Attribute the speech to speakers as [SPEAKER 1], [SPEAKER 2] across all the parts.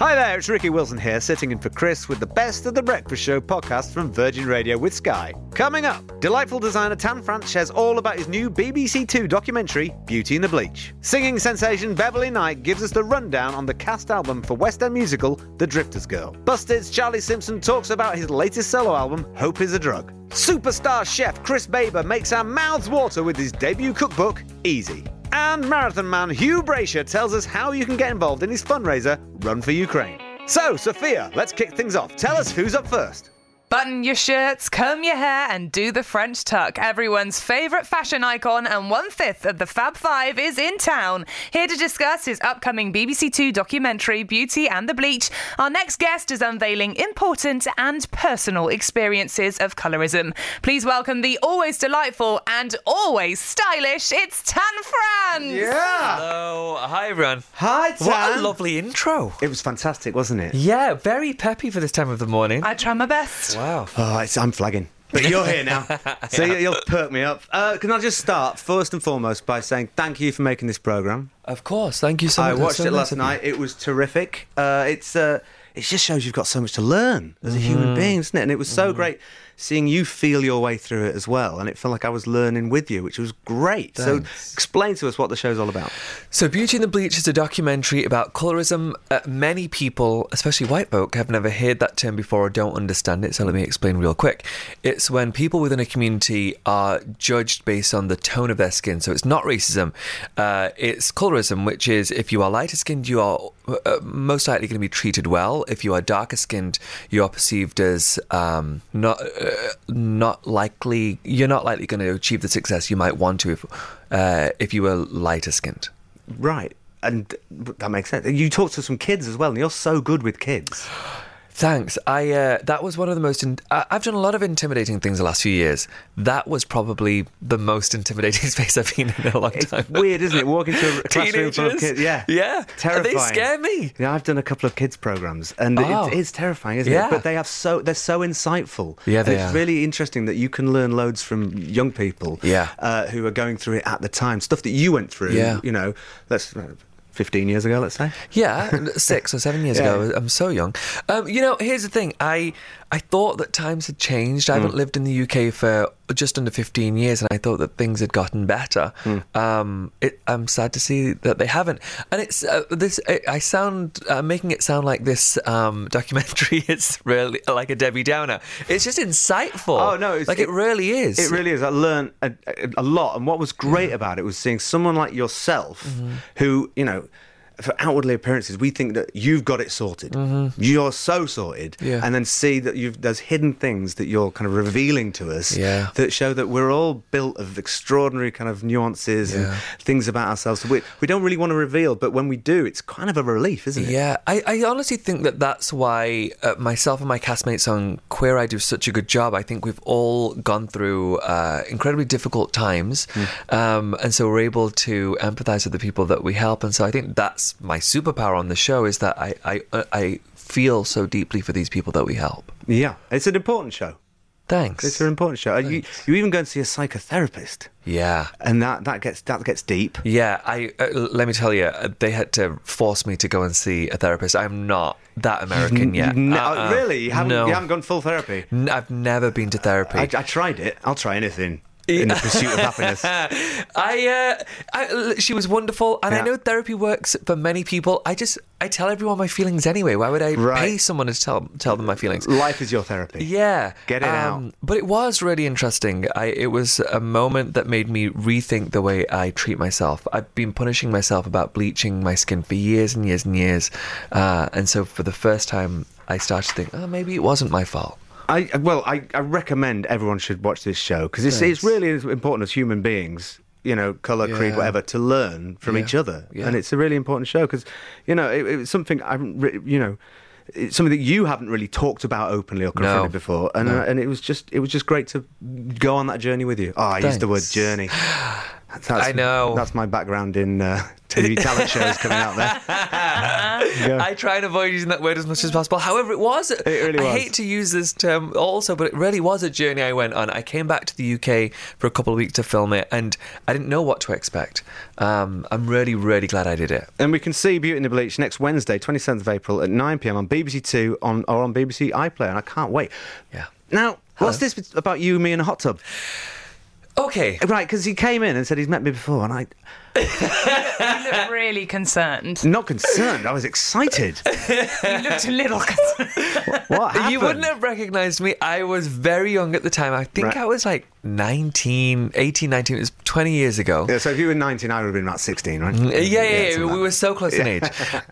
[SPEAKER 1] Hi there, it's Ricky Wilson here, sitting in for Chris with the best of the Breakfast Show podcast from Virgin Radio with Sky. Coming up, delightful designer Tan France shares all about his new BBC Two documentary, Beauty in the Bleach. Singing sensation Beverly Knight gives us the rundown on the cast album for West End musical, The Drifter's Girl. Busted's Charlie Simpson talks about his latest solo album, Hope is a Drug. Superstar chef Chris Baber makes our mouths water with his debut cookbook, Easy. And marathon man Hugh Brasher tells us how you can get involved in his fundraiser, Run for Ukraine. So, Sophia, let's kick things off. Tell us who's up first.
[SPEAKER 2] Button your shirts, comb your hair, and do the French tuck. Everyone's favourite fashion icon and one fifth of the Fab Five is in town. Here to discuss his upcoming BBC Two documentary, Beauty and the Bleach, our next guest is unveiling important and personal experiences of colourism. Please welcome the always delightful and always stylish, it's Tan Franz!
[SPEAKER 3] Hello. Hi, everyone.
[SPEAKER 1] Hi,
[SPEAKER 3] What a
[SPEAKER 1] Tan.
[SPEAKER 3] lovely intro.
[SPEAKER 1] It was fantastic, wasn't it?
[SPEAKER 3] Yeah, very peppy for this time of the morning.
[SPEAKER 2] I try my best.
[SPEAKER 3] wow.
[SPEAKER 1] Oh, it's, I'm flagging. But you're here now. So you- you'll perk me up. Uh, can I just start, first and foremost, by saying thank you for making this programme.
[SPEAKER 3] Of course. Thank you so
[SPEAKER 1] I
[SPEAKER 3] much. That's
[SPEAKER 1] watched
[SPEAKER 3] so
[SPEAKER 1] it
[SPEAKER 3] nice
[SPEAKER 1] last
[SPEAKER 3] of you.
[SPEAKER 1] night. It was terrific. Uh, it's uh, it just shows you've got so much to learn as a
[SPEAKER 3] Mm-hmm.
[SPEAKER 1] human being, isn't it? And it was so great seeing you feel your way through it as well. And it felt like I was learning with you, which was great. So explain to us what the show's all about.
[SPEAKER 3] So, Beauty and the Bleach is a documentary about colorism. Uh, many people, especially white folk, have never heard that term before or don't understand it. So, let me explain real quick. It's when people within a community are judged based on the tone of their skin. So, it's not racism, uh, it's colorism, which is if you are lighter skinned, you are uh, most likely going to be treated well. If you are darker skinned, you are perceived as um, not uh, not likely. You're not likely going to achieve the success you might want to if uh, if you were lighter skinned.
[SPEAKER 1] Right. And that makes sense. You talked to some kids as well, and you're so good with kids.
[SPEAKER 3] Thanks. I uh, that was one of the most. In- I- I've done a lot of intimidating things the last few years. That was probably the most intimidating space I've been in in a long
[SPEAKER 1] It's
[SPEAKER 3] time.
[SPEAKER 1] weird, isn't it? Walking to a classroom full of
[SPEAKER 3] Teenagers?
[SPEAKER 1] kids. Yeah.
[SPEAKER 3] Yeah. And they
[SPEAKER 1] Terrifying.
[SPEAKER 3] scare me.
[SPEAKER 1] Yeah, I've done a couple of kids' programs and
[SPEAKER 3] Oh.
[SPEAKER 1] it is terrifying, isn't
[SPEAKER 3] Yeah.
[SPEAKER 1] it? But they have so they're so insightful.
[SPEAKER 3] Yeah,
[SPEAKER 1] And
[SPEAKER 3] they
[SPEAKER 1] It's
[SPEAKER 3] are.
[SPEAKER 1] really interesting that you can learn loads from young people
[SPEAKER 3] Yeah.
[SPEAKER 1] uh, who are going through it at the time. Stuff that you went through,
[SPEAKER 3] Yeah.
[SPEAKER 1] you know, that's uh, 15 years ago, let's say.
[SPEAKER 3] Yeah, six or seven years
[SPEAKER 1] Yeah.
[SPEAKER 3] ago. I'm so young. Um, you know, here's the thing. I I thought that times had changed. I
[SPEAKER 1] Hmm.
[SPEAKER 3] haven't lived in the UK for just under 15 years, and I thought that things had gotten better.
[SPEAKER 1] Hmm.
[SPEAKER 3] Um, it, I'm sad to see that they haven't. And it's uh, this. I, I sound uh, making it sound like this um, documentary is really like a Debbie Downer. It's just insightful.
[SPEAKER 1] Oh, no, it's-
[SPEAKER 3] like it,
[SPEAKER 1] it-
[SPEAKER 3] really is. Mm.
[SPEAKER 1] It really is. I learned a, a lot, and what was great about it was seeing someone like yourself,
[SPEAKER 3] Mm-hmm.
[SPEAKER 1] who you know, for outwardly appearances, we think that you've got it sorted. You're so sorted,
[SPEAKER 3] Mm-hmm. Yeah.
[SPEAKER 1] and then see that you've there's hidden things that you're kind of revealing to us
[SPEAKER 3] Yeah.
[SPEAKER 1] that show that we're all built of extraordinary kind of nuances
[SPEAKER 3] Yeah.
[SPEAKER 1] and things about ourselves that we we don't really want to reveal, but when we do, it's kind of a relief, isn't it?
[SPEAKER 3] Yeah, I, I honestly think that that's why uh, myself and my castmates on Queer Eye do such a good job. I think we've all gone through uh, incredibly difficult times,
[SPEAKER 1] Hmm.
[SPEAKER 3] um, and so we're able to empathise with the people that we help. And so I think that's my superpower on the show is that I I, uh, I feel so deeply for these people that we help.
[SPEAKER 1] Yeah, it's an important show.
[SPEAKER 3] Thanks.
[SPEAKER 1] It's an important show. And You, you even go and see a psychotherapist.
[SPEAKER 3] yeah.
[SPEAKER 1] And that, that gets that gets deep.
[SPEAKER 3] Yeah, I uh, l- let me tell you, uh, they had to force me to go and see a therapist. I'm not that American yet.
[SPEAKER 1] No,
[SPEAKER 3] Uh-uh.
[SPEAKER 1] really? You haven't,
[SPEAKER 3] no,
[SPEAKER 1] you haven't gone full therapy?
[SPEAKER 3] N- I've never been to therapy.
[SPEAKER 1] I, I tried it. I'll try anything
[SPEAKER 3] E-
[SPEAKER 1] in the pursuit of happiness.
[SPEAKER 3] I, uh, I l- she was wonderful, and
[SPEAKER 1] Yeah.
[SPEAKER 3] I know therapy works for many people. I just I tell everyone my feelings anyway. Why would I
[SPEAKER 1] Right.
[SPEAKER 3] pay someone to tell tell them my feelings?
[SPEAKER 1] Life is your therapy.
[SPEAKER 3] Yeah, Um,
[SPEAKER 1] Get it out.
[SPEAKER 3] But it was really interesting. I, it was a moment that made me rethink the way I treat myself. I've been punishing myself about bleaching my skin for years and years and years, uh, and so for the first time, I started to think, oh, maybe it wasn't my fault.
[SPEAKER 1] I well, I, I recommend everyone should watch this show because it's, it's really as important as human beings you know, colour, creed,
[SPEAKER 3] Yeah.
[SPEAKER 1] whatever, to learn from
[SPEAKER 3] Yeah.
[SPEAKER 1] each other.
[SPEAKER 3] Yeah.
[SPEAKER 1] And it's a really important show because, you know, it, it's something I haven't, re- you know, it's something that you haven't really talked about openly or confronted before. And uh, and it was just it was just great to go on that journey with you. Oh, I used the word
[SPEAKER 3] Thanks.
[SPEAKER 1] journey. That's,
[SPEAKER 3] I know.
[SPEAKER 1] That's my background in uh, TV talent shows coming out there. Yeah.
[SPEAKER 3] I try and avoid using that word as much as possible. However, it was. It
[SPEAKER 1] really
[SPEAKER 3] I
[SPEAKER 1] was.
[SPEAKER 3] hate to use this term also, but it really was a journey I went on. I came back to the UK for a couple of weeks to film it, and I didn't know what to expect. Um, I'm really, really glad I did it.
[SPEAKER 1] And we can see Beauty and the Bleach next Wednesday, 27th of April at 9 pm on BBC Two on or on BBC iPlayer, and I can't wait.
[SPEAKER 3] Yeah.
[SPEAKER 1] Now, what's this about you, me, and a hot tub?
[SPEAKER 3] Okay.
[SPEAKER 1] Right, because he came in and said he's met me before, and I
[SPEAKER 2] You look really concerned.
[SPEAKER 1] not concerned. I was excited.
[SPEAKER 2] You looked a little concerned.
[SPEAKER 1] What happened?
[SPEAKER 3] You wouldn't have recognized me. I was very young at the time. I think
[SPEAKER 1] Right.
[SPEAKER 3] I was like 19, 18, 19. It was 20 years ago.
[SPEAKER 1] Yeah, so if you were 19, I would have been about 16, right?
[SPEAKER 3] Mm, Yeah, yeah, yeah.
[SPEAKER 1] something
[SPEAKER 3] we
[SPEAKER 1] like
[SPEAKER 3] were so close in age.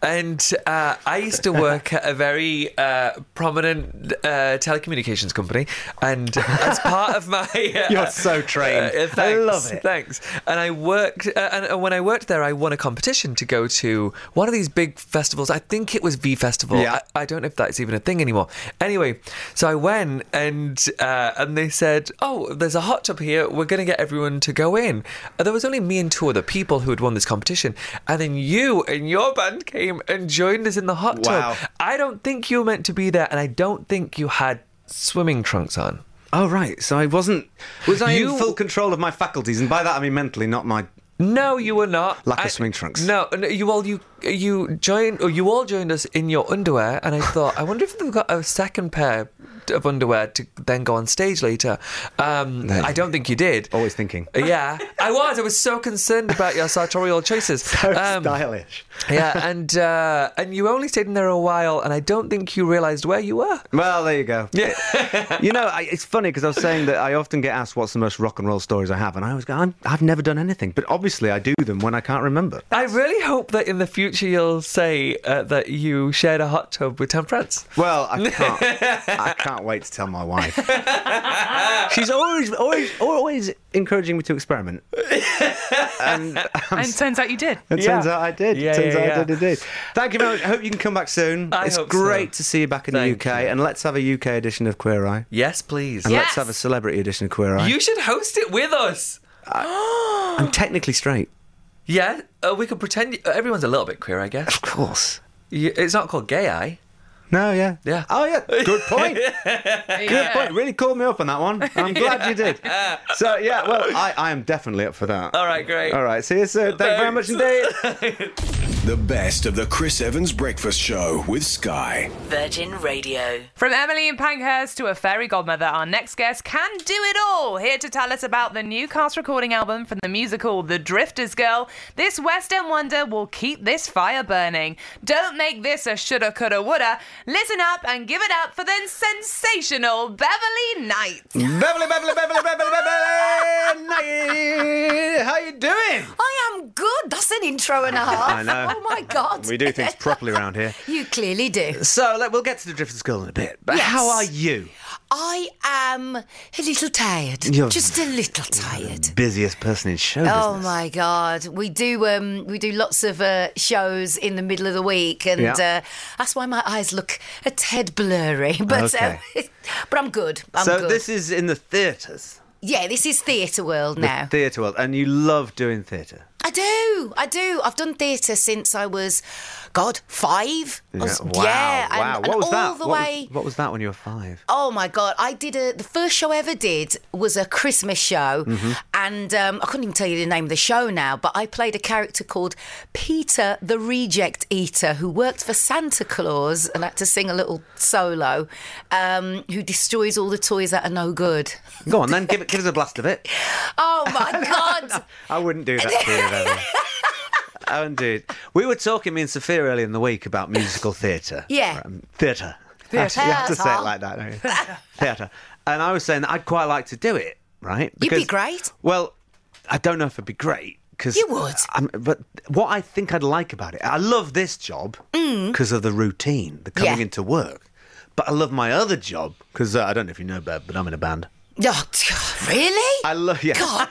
[SPEAKER 3] And uh, I used to work at a very uh, prominent uh, telecommunications company. And as part of my. Uh,
[SPEAKER 1] You're so trained.
[SPEAKER 3] uh, thanks,
[SPEAKER 1] I love it.
[SPEAKER 3] Thanks. And I worked. Uh, and uh, when I worked there, I won a competition to go to one of these big festivals. I think it was V Festival.
[SPEAKER 1] Yeah.
[SPEAKER 3] I, I don't know if that's even a thing anymore. Anyway, so I went and uh, and they said, "Oh, there's a hot tub here. We're going to get everyone to go in." And there was only me and two other people who had won this competition, and then you and your band came and joined us in the hot
[SPEAKER 1] Wow.
[SPEAKER 3] tub. I don't think you were meant to be there, and I don't think you had swimming trunks on.
[SPEAKER 1] Oh, right. So I wasn't. Was I
[SPEAKER 3] You-
[SPEAKER 1] in full control of my faculties? And by that, I mean mentally, not my.
[SPEAKER 3] No, you were not.
[SPEAKER 1] Lack of
[SPEAKER 3] I-
[SPEAKER 1] swimming trunks.
[SPEAKER 3] No, no, you all you you joined or you all joined us in your underwear, and I thought, I wonder if they've got a second pair of underwear to then go on stage later. Um,
[SPEAKER 1] No.
[SPEAKER 3] I don't think you did.
[SPEAKER 1] Always thinking.
[SPEAKER 3] Yeah, I was. I was so concerned about your sartorial choices. Um,
[SPEAKER 1] stylish.
[SPEAKER 3] yeah, and uh, and you only stayed in there a while, and I don't think you realised where you were.
[SPEAKER 1] Well, there you go. Yeah. you know, I, it's funny because I was saying that I often get asked what's the most rock and roll stories I have, and I always go, I'm, I've never done anything. But obviously, I do them when I can't remember.
[SPEAKER 3] I really hope that in the future you'll say uh, that you shared a hot tub with Tom France.
[SPEAKER 1] Well, I can't. I can't wait to tell my wife. She's always, always, always encouraging me to experiment. And
[SPEAKER 2] And turns out you did.
[SPEAKER 1] it turns
[SPEAKER 3] Yeah.
[SPEAKER 1] out I did.
[SPEAKER 3] Yeah,
[SPEAKER 1] turns
[SPEAKER 3] yeah,
[SPEAKER 1] out
[SPEAKER 3] yeah.
[SPEAKER 1] I did indeed. Thank you very much. I hope you can come back soon.
[SPEAKER 3] I
[SPEAKER 1] it's
[SPEAKER 3] hope so.
[SPEAKER 1] great to see you back in
[SPEAKER 3] Thank
[SPEAKER 1] the UK.
[SPEAKER 3] you.
[SPEAKER 1] And let's have a UK edition of Queer Eye.
[SPEAKER 3] Yes, please.
[SPEAKER 1] And let's
[SPEAKER 2] Yes.
[SPEAKER 1] have a celebrity edition of Queer Eye.
[SPEAKER 3] You should host it with us.
[SPEAKER 1] I'm technically straight.
[SPEAKER 3] Yeah, uh, we could pretend uh, everyone's a little bit queer, I guess.
[SPEAKER 1] Of course.
[SPEAKER 3] Y- It's not called gay eye.
[SPEAKER 1] No, yeah.
[SPEAKER 3] Yeah.
[SPEAKER 1] Oh, yeah. Good point. Good
[SPEAKER 2] Yeah.
[SPEAKER 1] point. Really called me up on that one. I'm glad you did. So, yeah, well, I, I am definitely up for that.
[SPEAKER 3] All right, great.
[SPEAKER 1] All right. See you soon. Thank you very much
[SPEAKER 3] Thanks.
[SPEAKER 1] indeed.
[SPEAKER 4] The best of the Chris Evans Breakfast Show with Sky.
[SPEAKER 5] Virgin Radio.
[SPEAKER 2] From Emily in Pankhurst to a fairy godmother, our next guest can do it all. Here to tell us about the new cast recording album from the musical The Drifter's Girl, this West End wonder will keep this fire burning. Don't make this a shoulda, coulda, woulda. Listen up and give it up for the sensational Beverly Knight.
[SPEAKER 1] Beverly, Beverly, Beverly, Beverly, Beverly. Knight. How you doing?
[SPEAKER 6] I am good. That's an intro and a half.
[SPEAKER 1] I know.
[SPEAKER 6] Oh my god.
[SPEAKER 1] We do things properly around here.
[SPEAKER 6] You clearly do.
[SPEAKER 1] So let, we'll get to the Drifter School in a bit. But
[SPEAKER 6] Yes.
[SPEAKER 1] how are you?
[SPEAKER 6] I am a little tired.
[SPEAKER 1] You're-
[SPEAKER 6] Just a little tired.
[SPEAKER 1] Busiest person in show
[SPEAKER 6] Oh
[SPEAKER 1] business.
[SPEAKER 6] my god, we do um, we do lots of uh, shows in the middle of the week, and
[SPEAKER 1] Yeah.
[SPEAKER 6] uh, that's why my eyes look a tad blurry. But
[SPEAKER 1] Okay.
[SPEAKER 6] uh, but I'm good. I'm
[SPEAKER 1] so
[SPEAKER 6] good.
[SPEAKER 1] this is in the theatres.
[SPEAKER 6] yeah, this is theatre world
[SPEAKER 1] The
[SPEAKER 6] now.
[SPEAKER 1] theatre world. And you love doing theatre.
[SPEAKER 6] I do, I do. I've done theatre since I was, God, five. I was-
[SPEAKER 1] wow.
[SPEAKER 6] yeah, and-
[SPEAKER 1] wow.
[SPEAKER 6] and,
[SPEAKER 1] what was
[SPEAKER 6] all
[SPEAKER 1] that?
[SPEAKER 6] the
[SPEAKER 1] what,
[SPEAKER 6] way.
[SPEAKER 1] was, what was that when you were five?
[SPEAKER 6] Oh my god! I did a the first show I ever did was a Christmas show,
[SPEAKER 1] Mm-hmm.
[SPEAKER 6] and um, I couldn't even tell you the name of the show now. But I played a character called Peter the Reject Eater, who worked for Santa Claus and had to sing a little solo, um, who destroys all the toys that are no good.
[SPEAKER 1] Go on then, give, it, give us a blast of it.
[SPEAKER 6] Oh my god!
[SPEAKER 1] I wouldn't do that to you, Beverly. I wouldn't do it. We were talking, me and Sophia, earlier in the week about musical theatre. Um,
[SPEAKER 6] Yeah.
[SPEAKER 1] theatre. You have to say it
[SPEAKER 6] Theatre.
[SPEAKER 1] like that, don't you? theatre. And I was saying that I'd quite like to do it, right?
[SPEAKER 6] be great.
[SPEAKER 1] Well, I don't know if it'd be great. Cause
[SPEAKER 6] You would.
[SPEAKER 1] I'm, but what I think I'd like about it, I love this job because of the routine, the coming
[SPEAKER 6] Mm. Yeah.
[SPEAKER 1] into work. But I love my other job because uh, I don't know if you know, Bev, but I'm in a band.
[SPEAKER 6] Oh, Really?
[SPEAKER 1] I love yeah.
[SPEAKER 6] God.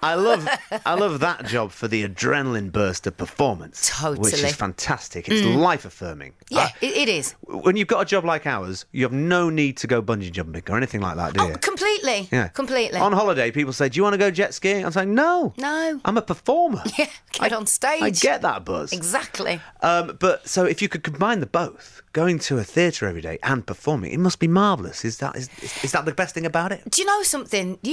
[SPEAKER 1] I love I love that job for the adrenaline burst of performance. Which
[SPEAKER 6] Totally. Mm.
[SPEAKER 1] is fantastic. It's life affirming.
[SPEAKER 6] Yeah, it, it is.
[SPEAKER 1] When you've got a job like ours, you have no need to go bungee jumping or anything like that, do
[SPEAKER 6] Oh,
[SPEAKER 1] you?
[SPEAKER 6] completely.
[SPEAKER 1] Yeah.
[SPEAKER 6] Completely.
[SPEAKER 1] On holiday, people say, Do you want to go jet skiing? I'm saying, No.
[SPEAKER 6] No.
[SPEAKER 1] I'm a performer.
[SPEAKER 6] Yeah, get on stage.
[SPEAKER 1] I get that buzz.
[SPEAKER 6] Exactly.
[SPEAKER 1] Um, but so if you could combine the both, going to a theatre every day and performing, it must be marvellous. Is that is, is that the best thing about it?
[SPEAKER 6] Do you know something? You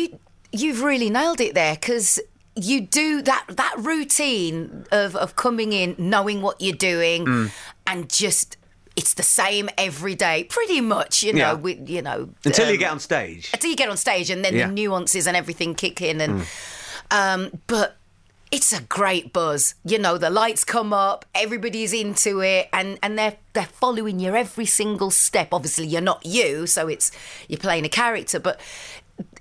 [SPEAKER 6] you've really nailed it there because you do that that routine of of coming in, knowing what you're doing,
[SPEAKER 1] Mm.
[SPEAKER 6] and just it's the same every day, pretty much. You know,
[SPEAKER 1] Yeah.
[SPEAKER 6] with you know
[SPEAKER 1] Until you
[SPEAKER 6] um,
[SPEAKER 1] get on stage.
[SPEAKER 6] until you get on stage, and then
[SPEAKER 1] Yeah. Hmm.
[SPEAKER 6] the nuances and everything kick in, and um, but. It's a great buzz, you know. The lights come up, everybody's into it, and, and they're they're following your every single step. Obviously, you're not you, so it's you're playing a character, but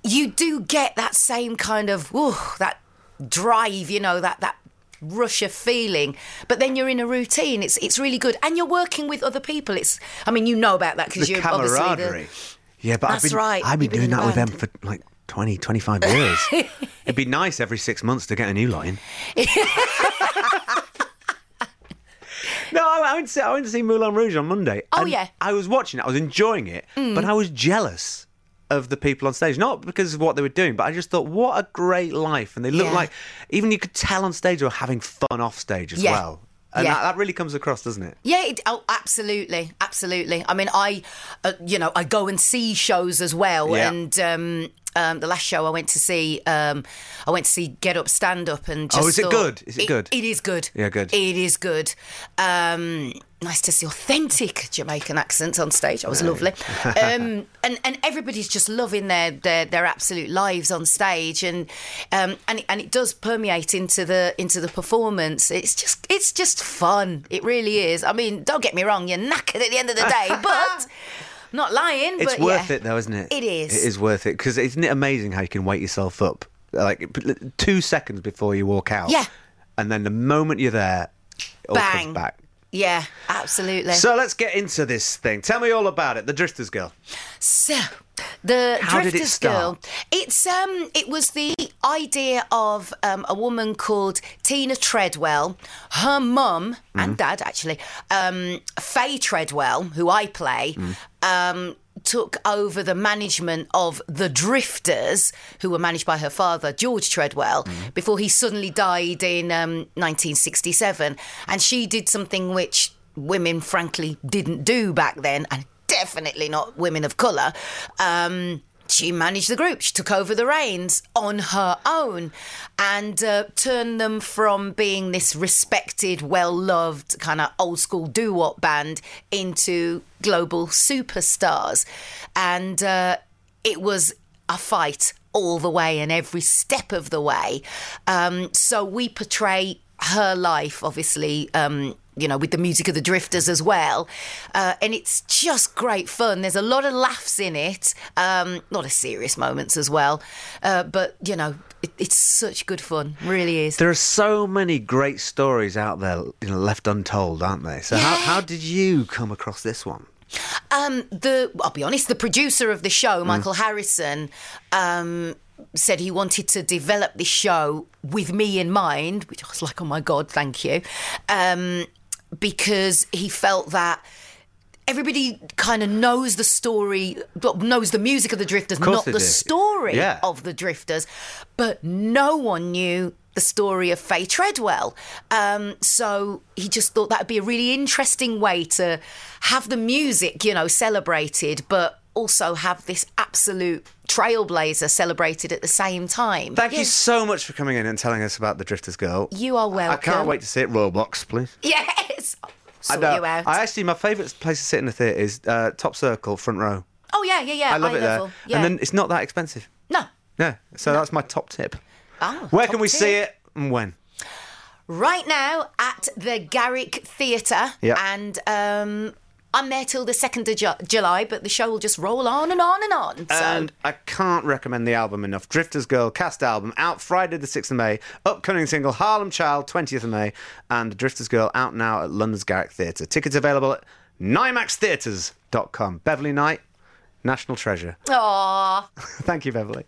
[SPEAKER 6] you do get that same kind of ooh, that drive, you know, that that rush of feeling. But then you're in a routine. It's it's really good, and you're working with other people. It's I mean, you know about that because
[SPEAKER 1] the
[SPEAKER 6] you're obviously the,
[SPEAKER 1] camaraderie. Yeah, but I've
[SPEAKER 6] That's
[SPEAKER 1] been,
[SPEAKER 6] right.
[SPEAKER 1] I've been
[SPEAKER 6] You've been
[SPEAKER 1] doing that with them
[SPEAKER 6] around.
[SPEAKER 1] for like 20, 25 years. It'd be nice every six months to get a new line. No, I I went, to see, I went to see Moulin Rouge on Monday.
[SPEAKER 6] Oh,
[SPEAKER 1] and
[SPEAKER 6] yeah. Mm.
[SPEAKER 1] I was watching it, I was enjoying it, but I was jealous of the people on stage. Not because of what they were doing, but I just thought, what a great life. And they looked
[SPEAKER 6] Yeah.
[SPEAKER 1] like, even you could tell on stage they were having fun off stage as
[SPEAKER 6] Yeah.
[SPEAKER 1] well. And
[SPEAKER 6] Yeah.
[SPEAKER 1] that, that really comes across, doesn't it?
[SPEAKER 6] Yeah, it, oh, absolutely, absolutely. I mean, I, uh, you know, I go and see shows as well,
[SPEAKER 1] Yeah.
[SPEAKER 6] and um, um, the last show I went to see, um, I went to see Get Up, Stand Up, and just
[SPEAKER 1] Oh, is it
[SPEAKER 6] thought-
[SPEAKER 1] good? Is it good?
[SPEAKER 6] It is good.
[SPEAKER 1] Yeah, good.
[SPEAKER 6] It is good. Um, nice to see authentic Jamaican accents on stage. That was lovely, um, and and everybody's just loving their their, their absolute lives on stage, and um, and and it does permeate into the into the performance. It's just it's just fun. It really is. I mean, don't get me wrong, you're knackered at the end of the day, but. I'm Not lying,
[SPEAKER 1] It's
[SPEAKER 6] but
[SPEAKER 1] worth
[SPEAKER 6] yeah.
[SPEAKER 1] it though, isn't it?
[SPEAKER 6] It is.
[SPEAKER 1] It is worth it because isn't it amazing how you can wake yourself up like p- two seconds before you walk out?
[SPEAKER 6] Yeah.
[SPEAKER 1] And then the moment you're there, it all comes
[SPEAKER 6] Bang.
[SPEAKER 1] back.
[SPEAKER 6] Yeah, absolutely.
[SPEAKER 1] So let's get into this thing. Tell me all about it. The Drifters Girl.
[SPEAKER 6] So, the
[SPEAKER 1] How did it
[SPEAKER 6] Drifters Girl. It's um, it was the idea of um, a woman called Tina Treadwell. Her mum
[SPEAKER 1] Mm.
[SPEAKER 6] and dad, actually, um, Faye Treadwell, who I play.
[SPEAKER 1] Mm.
[SPEAKER 6] Um, Took over the management of the Drifters, who were managed by her father, George Treadwell, before he suddenly died in um, 1967. And she did something which women, frankly, didn't do back then, and definitely not women of colour. Um, she managed the group. She took over the reins on her own and uh, turned them from being this respected, well loved, kind of old school doo wop band into global superstars. And uh, it was a fight all the way and every step of the way. Um, so we portray her life, obviously, um, you know, with the music of the Drifters as well. Uh, and it's just great fun. There's a lot of laughs in it, um, a lot of serious moments as well. Uh, but, you know, it, it's such good fun, really is.
[SPEAKER 1] There are so many great stories out there you know, left untold, aren't they? So how, how did you come across this one?
[SPEAKER 6] Um, the I'll be honest, the producer of the
[SPEAKER 1] Mm.
[SPEAKER 6] show, Michael Harrison, um, said he wanted to develop this show with me in mind, which I was like, oh my god, thank you, um, because he felt that. Everybody kind of knows the story, well, knows the music of the Drifters,
[SPEAKER 1] course
[SPEAKER 6] not
[SPEAKER 1] they
[SPEAKER 6] the
[SPEAKER 1] do.
[SPEAKER 6] story
[SPEAKER 1] Yeah.
[SPEAKER 6] of the Drifters, but no one knew the story of Faye Treadwell. Um, so he just thought that would be a really interesting way to have the music, you know, celebrated, but also have this absolute trailblazer celebrated at the same time.
[SPEAKER 1] Thank
[SPEAKER 6] Yeah.
[SPEAKER 1] you so much for coming in and telling us about the Drifters Girl.
[SPEAKER 6] You are
[SPEAKER 1] I can't
[SPEAKER 6] welcome.
[SPEAKER 1] wait to see it. Roblox, please.
[SPEAKER 6] Yes.
[SPEAKER 1] I
[SPEAKER 6] Sort
[SPEAKER 1] know.
[SPEAKER 6] you out.
[SPEAKER 1] I actually, my favourite place to sit in the theatre is uh, top circle, front row.
[SPEAKER 6] oh yeah, yeah, yeah.
[SPEAKER 1] I love
[SPEAKER 6] eye
[SPEAKER 1] it
[SPEAKER 6] level.
[SPEAKER 1] there.
[SPEAKER 6] Yeah.
[SPEAKER 1] And then it's not that expensive.
[SPEAKER 6] no.
[SPEAKER 1] Yeah. So that's my top tip.
[SPEAKER 6] Oh,
[SPEAKER 1] Where
[SPEAKER 6] top
[SPEAKER 1] can we
[SPEAKER 6] tip.
[SPEAKER 1] see it and when?
[SPEAKER 6] right now at the Garrick Theatre,
[SPEAKER 1] Yeah.
[SPEAKER 6] and um, I'm there till the second of Ju- July. But the show will just roll on and on and on. So
[SPEAKER 1] And I can't recommend the album enough. Drifter's Girl cast album out Friday the 6th of May, upcoming single Harlem Child 20th of May, and Drifter's Girl out now at London's Garrick Theatre. Tickets available at nymaxtheatres.com. Beverly Knight, National Treasure.
[SPEAKER 6] Aw.
[SPEAKER 1] Thank you, Beverly.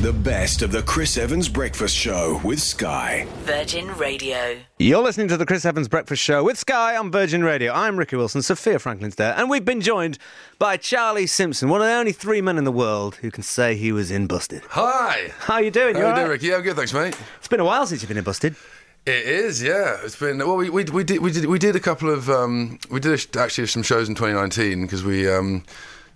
[SPEAKER 4] The best of the Chris Evans Breakfast Show with Sky.
[SPEAKER 5] Virgin Radio.
[SPEAKER 1] You're listening to the Chris Evans Breakfast Show with Sky on Virgin Radio. I'm Ricky Wilson, Sophia Franklin's there, and we've been joined by Charlie Simpson, one of the only three men in the world who can say he was in Busted.
[SPEAKER 7] Hi.
[SPEAKER 1] How you doing?
[SPEAKER 7] How
[SPEAKER 1] You
[SPEAKER 7] you
[SPEAKER 1] all
[SPEAKER 7] doing,
[SPEAKER 1] right?
[SPEAKER 7] Ricky? Yeah, I'm good, thanks, mate.
[SPEAKER 1] It's been a while since you've been in Busted.
[SPEAKER 7] It is, yeah. It's been well. We, we, we did we did we did a couple of um, we did a, sh- actually some shows in 2019 because we um,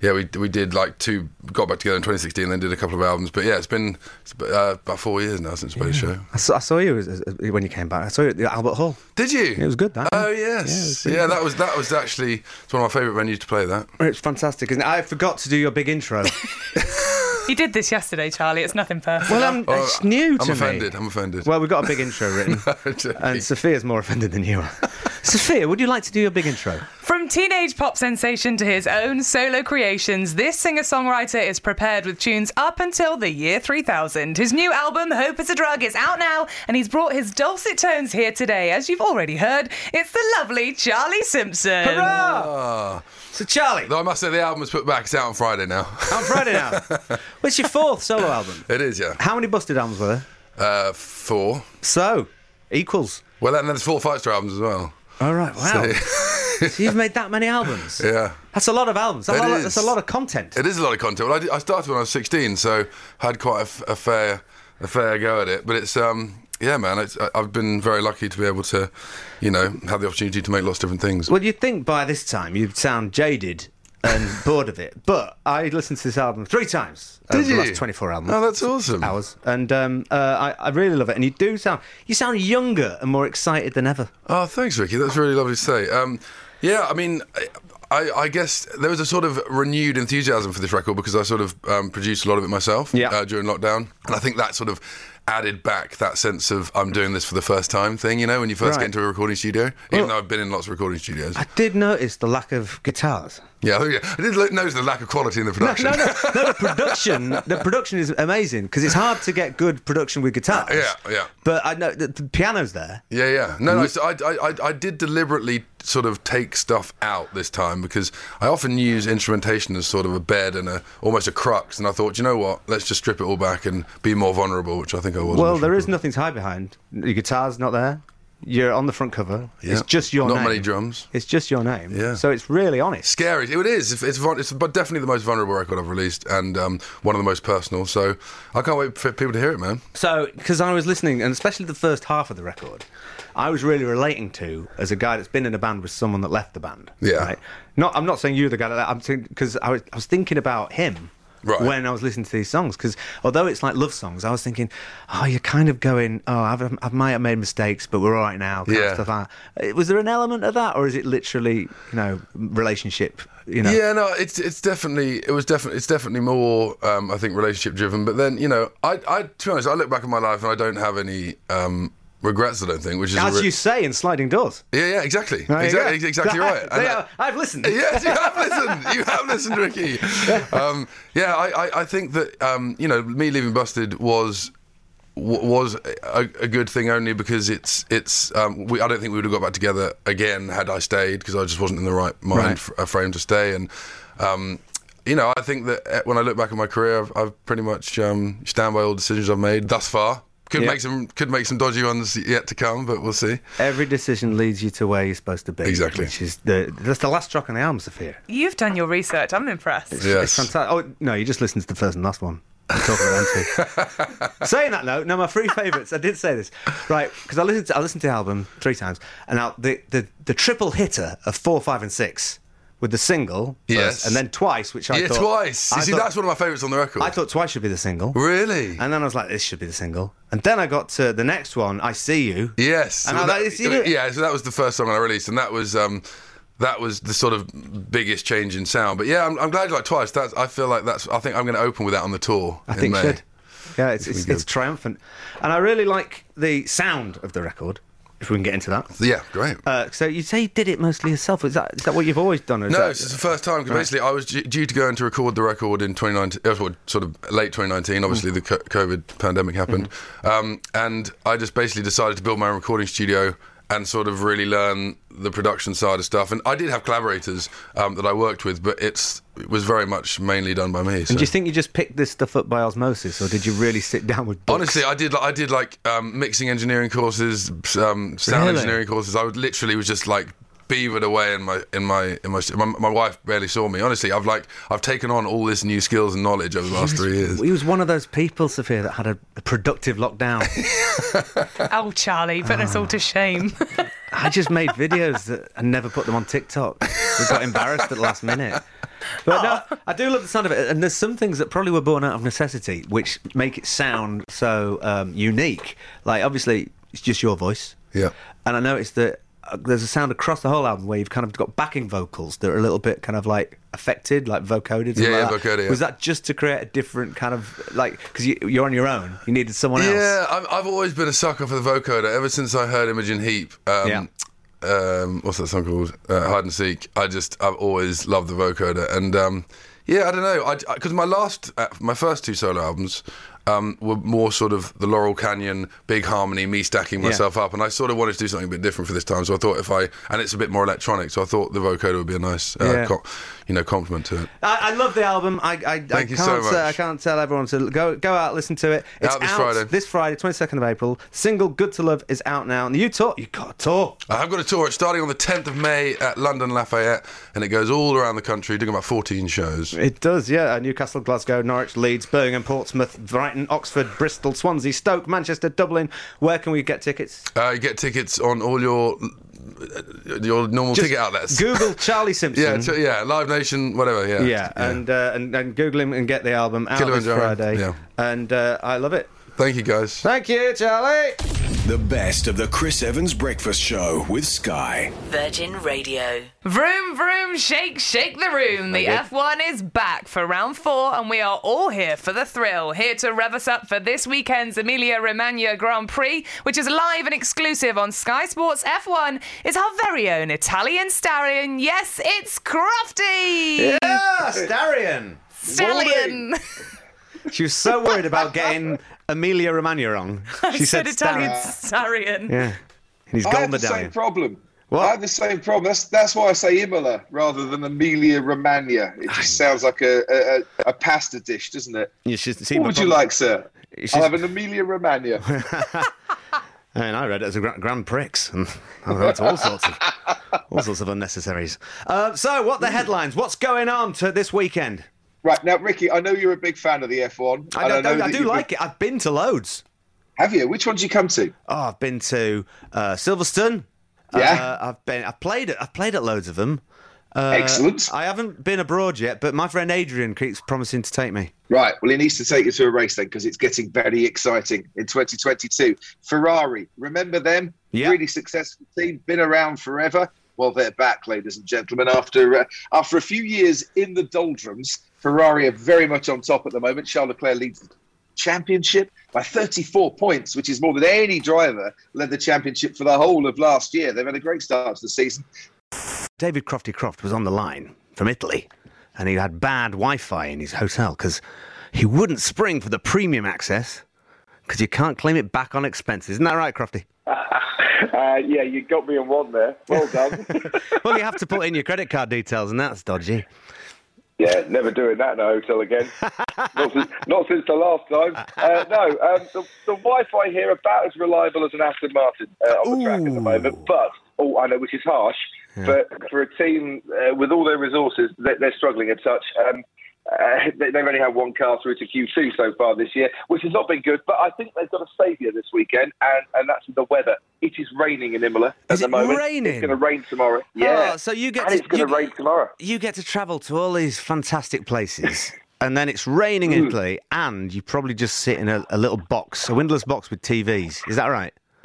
[SPEAKER 7] yeah we we did like two got back together in 2016 then did a couple of albums. But yeah, it's been it's, b- uh, about four years now since we played a show.
[SPEAKER 1] I saw, I saw you as- as- when you came back. I saw you at the Albert Hall.
[SPEAKER 7] Did you?
[SPEAKER 1] It was good, that.
[SPEAKER 7] Oh
[SPEAKER 1] Yeah, it
[SPEAKER 7] yes,
[SPEAKER 1] was
[SPEAKER 7] yeah.
[SPEAKER 1] really
[SPEAKER 7] that was that was actually it's one of my favourite venues to play. That
[SPEAKER 1] It's fantastic, isn't it? I forgot to do your big intro.
[SPEAKER 2] You did this yesterday, Charlie. It's nothing personal.
[SPEAKER 1] well, I'm,
[SPEAKER 7] Oh,
[SPEAKER 1] it's new to
[SPEAKER 7] I'm
[SPEAKER 1] me.
[SPEAKER 7] offended. I'm offended.
[SPEAKER 1] Well, we've got a big intro written,
[SPEAKER 7] I'm joking.
[SPEAKER 1] and Sophia's more offended than you are. Sophia, would you like to do your big intro?
[SPEAKER 2] From teenage pop sensation to his own solo creations, this singer songwriter is prepared with tunes up until the year 3000. His new album, Hope is a Drug, is out now, and he's brought his dulcet tones here today. As you've already heard, it's the lovely Charlie Simpson.
[SPEAKER 7] Ah.
[SPEAKER 1] So, Charlie,
[SPEAKER 7] Though I must say the album was put back. It's out on Friday now.
[SPEAKER 1] on Friday now. What's your fourth solo album?
[SPEAKER 7] it is, yeah.
[SPEAKER 1] How many busted albums were there?
[SPEAKER 7] Uh, four.
[SPEAKER 1] So, equals.
[SPEAKER 7] Well, and then there's four Fight Star albums as well.
[SPEAKER 1] All right, wow. So you've made that many albums.
[SPEAKER 7] Yeah.
[SPEAKER 1] That's a lot of albums. That's a
[SPEAKER 7] It
[SPEAKER 1] lot,
[SPEAKER 7] is.
[SPEAKER 1] that's a lot of content.
[SPEAKER 7] It is a lot of content. Well, I, did- I started when I was 16, so had quite a, f- a fair a fair go at it. But it's um yeah, man. It's, I, I've been very lucky to be able to, you know, have the opportunity to make lots of different things.
[SPEAKER 1] Well, you'd think by this time you'd sound jaded and bored of it, but I listened to this album three times over the last 24 albums.
[SPEAKER 7] Oh, that's awesome.
[SPEAKER 1] Hours and um, uh, I, I really love it. And you do sound you sound younger and more excited than ever.
[SPEAKER 7] Oh, thanks, Ricky. That's really lovely to say. Um, yeah, I mean, I- I, I guess there was a sort of renewed enthusiasm for this record because I sort of um, produced a lot of it myself
[SPEAKER 1] Yeah.
[SPEAKER 7] uh, during lockdown, and I think that sort of added back that sense of I'm doing this for the first time thing. You know, when you first
[SPEAKER 1] Right.
[SPEAKER 7] get into a recording studio, even
[SPEAKER 1] Well-
[SPEAKER 7] though I've been in lots of recording studios.
[SPEAKER 1] I did notice the lack of guitars.
[SPEAKER 7] yeah, I, think- I did lo- notice the lack of quality in the production.
[SPEAKER 1] No, no, no. The production, the production is amazing because it's hard to get good production with guitars.
[SPEAKER 7] Yeah, yeah.
[SPEAKER 1] But I know the, the piano's there.
[SPEAKER 7] Yeah, yeah. No, no. So I, I, I- I did deliberately sort of take stuff out this time because I often use instrumentation as sort of a bed and a almost a crux. And I thought, you know what? Let's just strip it all back and be more vulnerable, which I think I was.
[SPEAKER 1] Well, there is nothing to hide behind. Your guitar's not there. You're on the front cover. It's
[SPEAKER 7] Yeah.
[SPEAKER 1] just your
[SPEAKER 7] Not
[SPEAKER 1] name.
[SPEAKER 7] many drums.
[SPEAKER 1] It's just your name.
[SPEAKER 7] Yeah.
[SPEAKER 1] So it's really honest.
[SPEAKER 7] Scary. It is. It's, it's, vul- it's but definitely the most vulnerable record I've released and um, one of the most personal. So I can't wait for people to hear it, man.
[SPEAKER 1] So because I was listening, and especially the first half of the record, I was really relating to as a guy that's been in a band with someone that left the band.
[SPEAKER 7] Yeah.
[SPEAKER 1] Not. I'm not saying you're the guy that I'm saying because I was, I was thinking about him.
[SPEAKER 7] Right.
[SPEAKER 1] When I was listening to these songs, because although it's like love songs, I was thinking, oh, you're kind of going, oh, I've, I might have made mistakes, but we're all right now. Kind
[SPEAKER 7] Yeah.
[SPEAKER 1] Of stuff like that. Was there an element of that, or is it literally, you know, relationship? You know.
[SPEAKER 7] Yeah, no, it's it's definitely it was definitely it's definitely more um, I think relationship driven. But then you know, I I to be honest, I look back at my life and I don't have any um, regrets. I don't think, which is a
[SPEAKER 1] As
[SPEAKER 7] re-
[SPEAKER 1] you say in Sliding Doors.
[SPEAKER 7] yeah, yeah, exactly,
[SPEAKER 1] There you
[SPEAKER 7] exactly,
[SPEAKER 1] go.
[SPEAKER 7] exactly right.
[SPEAKER 1] They
[SPEAKER 7] And
[SPEAKER 1] are- I've listened.
[SPEAKER 7] Yes, you have listened. You have listened, Ricky. Um, yeah, I, I, I think that um, you know me leaving Busted was w- was a, a good thing only because it's it's um, we, I don't think we would have got back together again had I stayed because I just wasn't in the right mind
[SPEAKER 1] Right.
[SPEAKER 7] f- uh, frame to stay and. Um, you know, I think that uh, when I look back at my career, I've, I've pretty much um, stand by all decisions I've made thus far. Could
[SPEAKER 1] Yeah.
[SPEAKER 7] make some, could make some dodgy ones yet to come, but we'll see.
[SPEAKER 1] Every decision leads you to where you're supposed to be.
[SPEAKER 7] Exactly.
[SPEAKER 1] Which is the that's the last track on the album, Sophia.
[SPEAKER 2] You've done your research. I'm impressed.
[SPEAKER 7] Yes.
[SPEAKER 1] It's fantastic. Oh no, you just listened to the first and last one. I'm talking about them too. Saying that though, no, my three favourites. I did say this, right? Because I listened to I listened to the album three times, and now the the, the triple hitter of four, five, and six with the single, first,
[SPEAKER 7] Yes.
[SPEAKER 1] and then twice, which I
[SPEAKER 7] yeah,
[SPEAKER 1] thought
[SPEAKER 7] twice. You
[SPEAKER 1] I
[SPEAKER 7] see,
[SPEAKER 1] thought-
[SPEAKER 7] that's one of my favourites on the record.
[SPEAKER 1] I thought twice should be the single.
[SPEAKER 7] really?
[SPEAKER 1] And then I was like, this should be the single. And then I got to the next one, I See You.
[SPEAKER 7] Yes.
[SPEAKER 1] And
[SPEAKER 7] Well,
[SPEAKER 1] I
[SPEAKER 7] that-
[SPEAKER 1] was like, you know-
[SPEAKER 7] yeah, so that was the first song I released, and that was um, that was the sort of biggest change in sound. But yeah, I'm, I'm glad you like twice. That's I feel like that's I think I'm going to open with that on the tour.
[SPEAKER 1] I
[SPEAKER 7] in
[SPEAKER 1] think
[SPEAKER 7] May.
[SPEAKER 1] should. Yeah, it's, it's, it's triumphant. And I really like the sound of the record, if we can get into that.
[SPEAKER 7] Yeah, great.
[SPEAKER 1] Uh, so you say you did it mostly yourself. Is that, is that what you've always done? or is
[SPEAKER 7] no,
[SPEAKER 1] that-
[SPEAKER 7] this is the first time 'cause basically I was d- due to go in to record the record in 2019, uh, well, sort of late 2019. Obviously,
[SPEAKER 1] Mm.
[SPEAKER 7] the
[SPEAKER 1] Mm-hmm.
[SPEAKER 7] co- COVID pandemic happened, um, and I just basically decided to build my own recording studio and sort of really learn the production side of stuff. And I did have collaborators um, that I worked with, but it's it was very much mainly done by me. So.
[SPEAKER 1] And do you think you just picked this stuff up by osmosis, or did you really sit down with books?
[SPEAKER 7] Honestly, I did. I did like um, mixing engineering courses, um, sound
[SPEAKER 1] Really?
[SPEAKER 7] engineering courses. I would literally was just like beavered away in my in my in my, my my wife barely saw me. Honestly, I've like I've taken on all this new skills and knowledge over the last three years.
[SPEAKER 1] He was one of those people, Sophia, that had a, a productive lockdown.
[SPEAKER 2] Oh, Charlie, put us all to shame.
[SPEAKER 1] I just made videos that and never put them on TikTok. We got embarrassed at the last minute. But no, I do love the sound of it. And there's some things that probably were born out of necessity, which make it sound so um, unique. Like, obviously, it's just your voice.
[SPEAKER 7] Yeah.
[SPEAKER 1] And I noticed that uh, there's a sound across the whole album where you've kind of got backing vocals that are a little bit kind of like affected, like vocoded. something
[SPEAKER 7] Yeah, yeah,
[SPEAKER 1] like that.
[SPEAKER 7] vocoded, yeah.
[SPEAKER 1] Was that just to create a different kind of like, because you, you're on your own, you needed someone else?
[SPEAKER 7] Yeah, I'm, I've always been a sucker for the vocoder. Ever since I heard Imogen Heap, um,
[SPEAKER 1] Yeah.
[SPEAKER 7] um, what's that song called? Uh, Hide and Seek. I just I've always loved the vocoder, and um, yeah, I don't know, because my last, uh, my first two solo albums. Um, were more sort of the Laurel Canyon, big harmony, me stacking myself up, and I sort of wanted to do something a bit different for this time. So I thought if I, and it's a bit more electronic, so I thought the vocoder would be a nice, uh,
[SPEAKER 1] Yeah.
[SPEAKER 7] co- you know, compliment to it.
[SPEAKER 1] I, I love the album. I, I, I
[SPEAKER 7] Thank you
[SPEAKER 1] can't
[SPEAKER 7] so
[SPEAKER 1] uh, I
[SPEAKER 7] much.
[SPEAKER 1] can't tell everyone to go go out listen to it. It's
[SPEAKER 7] Out this Friday.
[SPEAKER 1] This Friday, twenty second of April. Single "Good to Love" is out now, and you tour. You got a tour.
[SPEAKER 7] I have got a tour. It's starting on the 10th of May at London Lafayette, and it goes all around the country, doing about 14 shows.
[SPEAKER 1] It does, yeah. Uh, Newcastle, Glasgow, Norwich, Leeds, Birmingham, Portsmouth, Brighton, Oxford, Bristol, Swansea, Stoke, Manchester, Dublin. Where can we get tickets?
[SPEAKER 7] Uh, you get tickets on all your uh, your normal ticket outlets.
[SPEAKER 1] Google Charlie Simpson.
[SPEAKER 7] yeah, t- yeah, Live Nation, whatever. Yeah,
[SPEAKER 1] yeah, and uh, and and Google him and get the album out this
[SPEAKER 7] Kilimanjaro,
[SPEAKER 1] Friday.
[SPEAKER 7] yeah.
[SPEAKER 1] And uh, I love it.
[SPEAKER 7] Thank you guys.
[SPEAKER 1] Thank you, Charlie.
[SPEAKER 4] The best of the Chris Evans Breakfast Show with Sky.
[SPEAKER 5] Virgin Radio.
[SPEAKER 2] Vroom, vroom, shake, shake the room. The F1 is back for round four, and we are all here for the thrill. Here to rev us up for this weekend's Emilia Romagna Grand Prix, which is live and exclusive on Sky Sports F1, is our very own Italian stallion. Yes, it's Crofty!
[SPEAKER 1] Ah, Starion.
[SPEAKER 2] Stallion!
[SPEAKER 1] She was so worried about getting Amelia Romagna wrong. She
[SPEAKER 2] I said Italian
[SPEAKER 1] Starrett.
[SPEAKER 2] stallion.
[SPEAKER 1] Yeah. And he's
[SPEAKER 8] I
[SPEAKER 1] gold
[SPEAKER 8] have the same
[SPEAKER 1] medallion.
[SPEAKER 8] problem.
[SPEAKER 1] What?
[SPEAKER 8] I have the same problem. That's that's why I say Imola rather than Amelia Romagna. It just sounds like a, a, a- a pasta dish, doesn't it?
[SPEAKER 1] You should see
[SPEAKER 8] What
[SPEAKER 1] my
[SPEAKER 8] would you
[SPEAKER 1] problem.
[SPEAKER 8] like, sir?
[SPEAKER 1] It's
[SPEAKER 8] I'll
[SPEAKER 1] just-
[SPEAKER 8] have an Amelia Romagna.
[SPEAKER 1] And I read it as a Grand, grand Prix, and I went to all sorts of all sorts of unnecessaries. Uh, so, what the headlines? What's going on to this weekend?
[SPEAKER 8] right now, Ricky, I know you're a big fan of the F1.
[SPEAKER 1] I,
[SPEAKER 8] and
[SPEAKER 1] don't,
[SPEAKER 8] know
[SPEAKER 1] I
[SPEAKER 8] that
[SPEAKER 1] do
[SPEAKER 8] you've
[SPEAKER 1] like
[SPEAKER 8] been-
[SPEAKER 1] it. I've been to loads.
[SPEAKER 8] Have you? Which one did you come to?
[SPEAKER 1] Oh, I've been to uh, Silverstone.
[SPEAKER 8] Yeah.
[SPEAKER 1] Uh, I've been. I've played. at- I've played at loads of them. Uh,
[SPEAKER 8] Excellent.
[SPEAKER 1] I haven't been abroad yet, but my friend Adrian keeps promising to take me.
[SPEAKER 8] Right. Well, he needs to take you to a race then because it's getting very exciting in 2022. Ferrari, remember them?
[SPEAKER 1] Yeah.
[SPEAKER 8] Really successful team, been around forever. Well, they're back, ladies and gentlemen. After uh, after a few years in the doldrums, Ferrari are very much on top at the moment. Charles Leclerc leads the championship by 34 points, which is more than any driver led the championship for the whole of last year. They've had a great start to the season.
[SPEAKER 1] David Crofty Croft was on the line from Italy, and he had bad Wi-Fi in his hotel because he wouldn't spring for the premium access because you can't claim it back on expenses. Isn't that right, Crofty?
[SPEAKER 9] Uh, yeah, you got me in one there. Well done.
[SPEAKER 1] well, you have to put in your credit card details, and that's dodgy.
[SPEAKER 9] yeah, never doing that in a hotel again. not, since, not since the last time. Uh, no, um, the, the Wi-Fi here about as reliable as an Aston Martin uh, on the track at
[SPEAKER 1] Ooh.
[SPEAKER 9] the moment. But oh, I know, which is harsh. But for a team uh, with all their resources, they, they're struggling a touch. Um, uh, they- they've only had one car through to Q2 so far this year, which has not been good. But I think they've got a saviour this weekend, and, and that's the weather. It is raining in Imola at
[SPEAKER 1] Is
[SPEAKER 9] the
[SPEAKER 1] it
[SPEAKER 9] moment.
[SPEAKER 1] raining?
[SPEAKER 9] It's going to rain tomorrow. Yeah.
[SPEAKER 1] Oh, so you get
[SPEAKER 9] and
[SPEAKER 1] to-
[SPEAKER 9] it's going
[SPEAKER 1] you-
[SPEAKER 9] to rain tomorrow.
[SPEAKER 1] You get to travel to all these fantastic places, and then it's raining
[SPEAKER 9] Hmm.
[SPEAKER 1] in Italy, and you probably just sit in a, a little box, a windowless box with TVs. Is that right?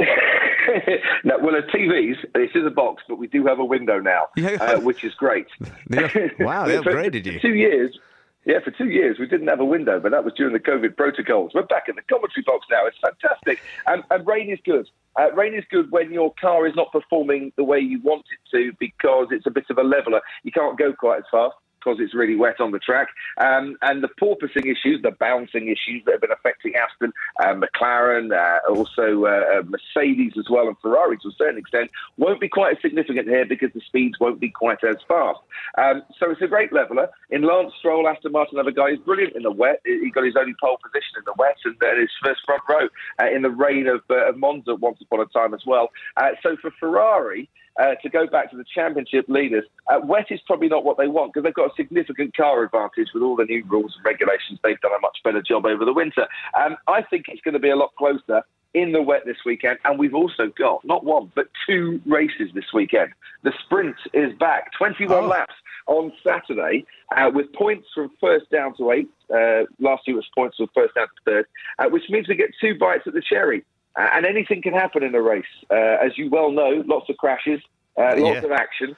[SPEAKER 9] no, well, a TVs. This is a box, but we do have a window now,
[SPEAKER 1] Yeah.
[SPEAKER 9] uh, which is great.
[SPEAKER 1] They- wow, they
[SPEAKER 9] For-
[SPEAKER 1] upgraded you.
[SPEAKER 9] for Two years. Yeah, for two years we didn't have a window, but that was during the COVID protocols. We're back in the commentary box now. It's fantastic, and, and rain is good. Uh, rain is good when your car is not performing the way you want it to because it's a bit of a leveler. You can't go quite as fast. because it's really wet on the track. Um, and the porpoising issues, the bouncing issues that have been affecting Aston, uh, McLaren, uh, also uh, Mercedes as well, and Ferrari to a certain extent, won't be quite as significant here because the speeds won't be quite as fast. Um, so it's a great leveller. In Lance Stroll, Aston Martin, another guy who's brilliant in the wet. He got his only pole position in the wet and uh, his first front row uh, in the rain of, uh, of Monza once upon a time as well. Uh, so for Ferrari, uh, to go back to the championship leaders, uh, wet is probably not what they want because they've got a significant car advantage with all the new rules and regulations. They've done a much better job over the winter. Um, I think it's going to be a lot closer in the wet this weekend. And we've also got not one, but two races this weekend. The sprint is back, 21 laps on Saturday, uh, with points from first down to eighth. Uh, last year it was points from first down to third, uh, which means we get two bites at the cherry. Uh, and anything can happen in a race. Uh, as you well know, lots of crashes, uh, lots
[SPEAKER 1] Yeah.
[SPEAKER 9] of action.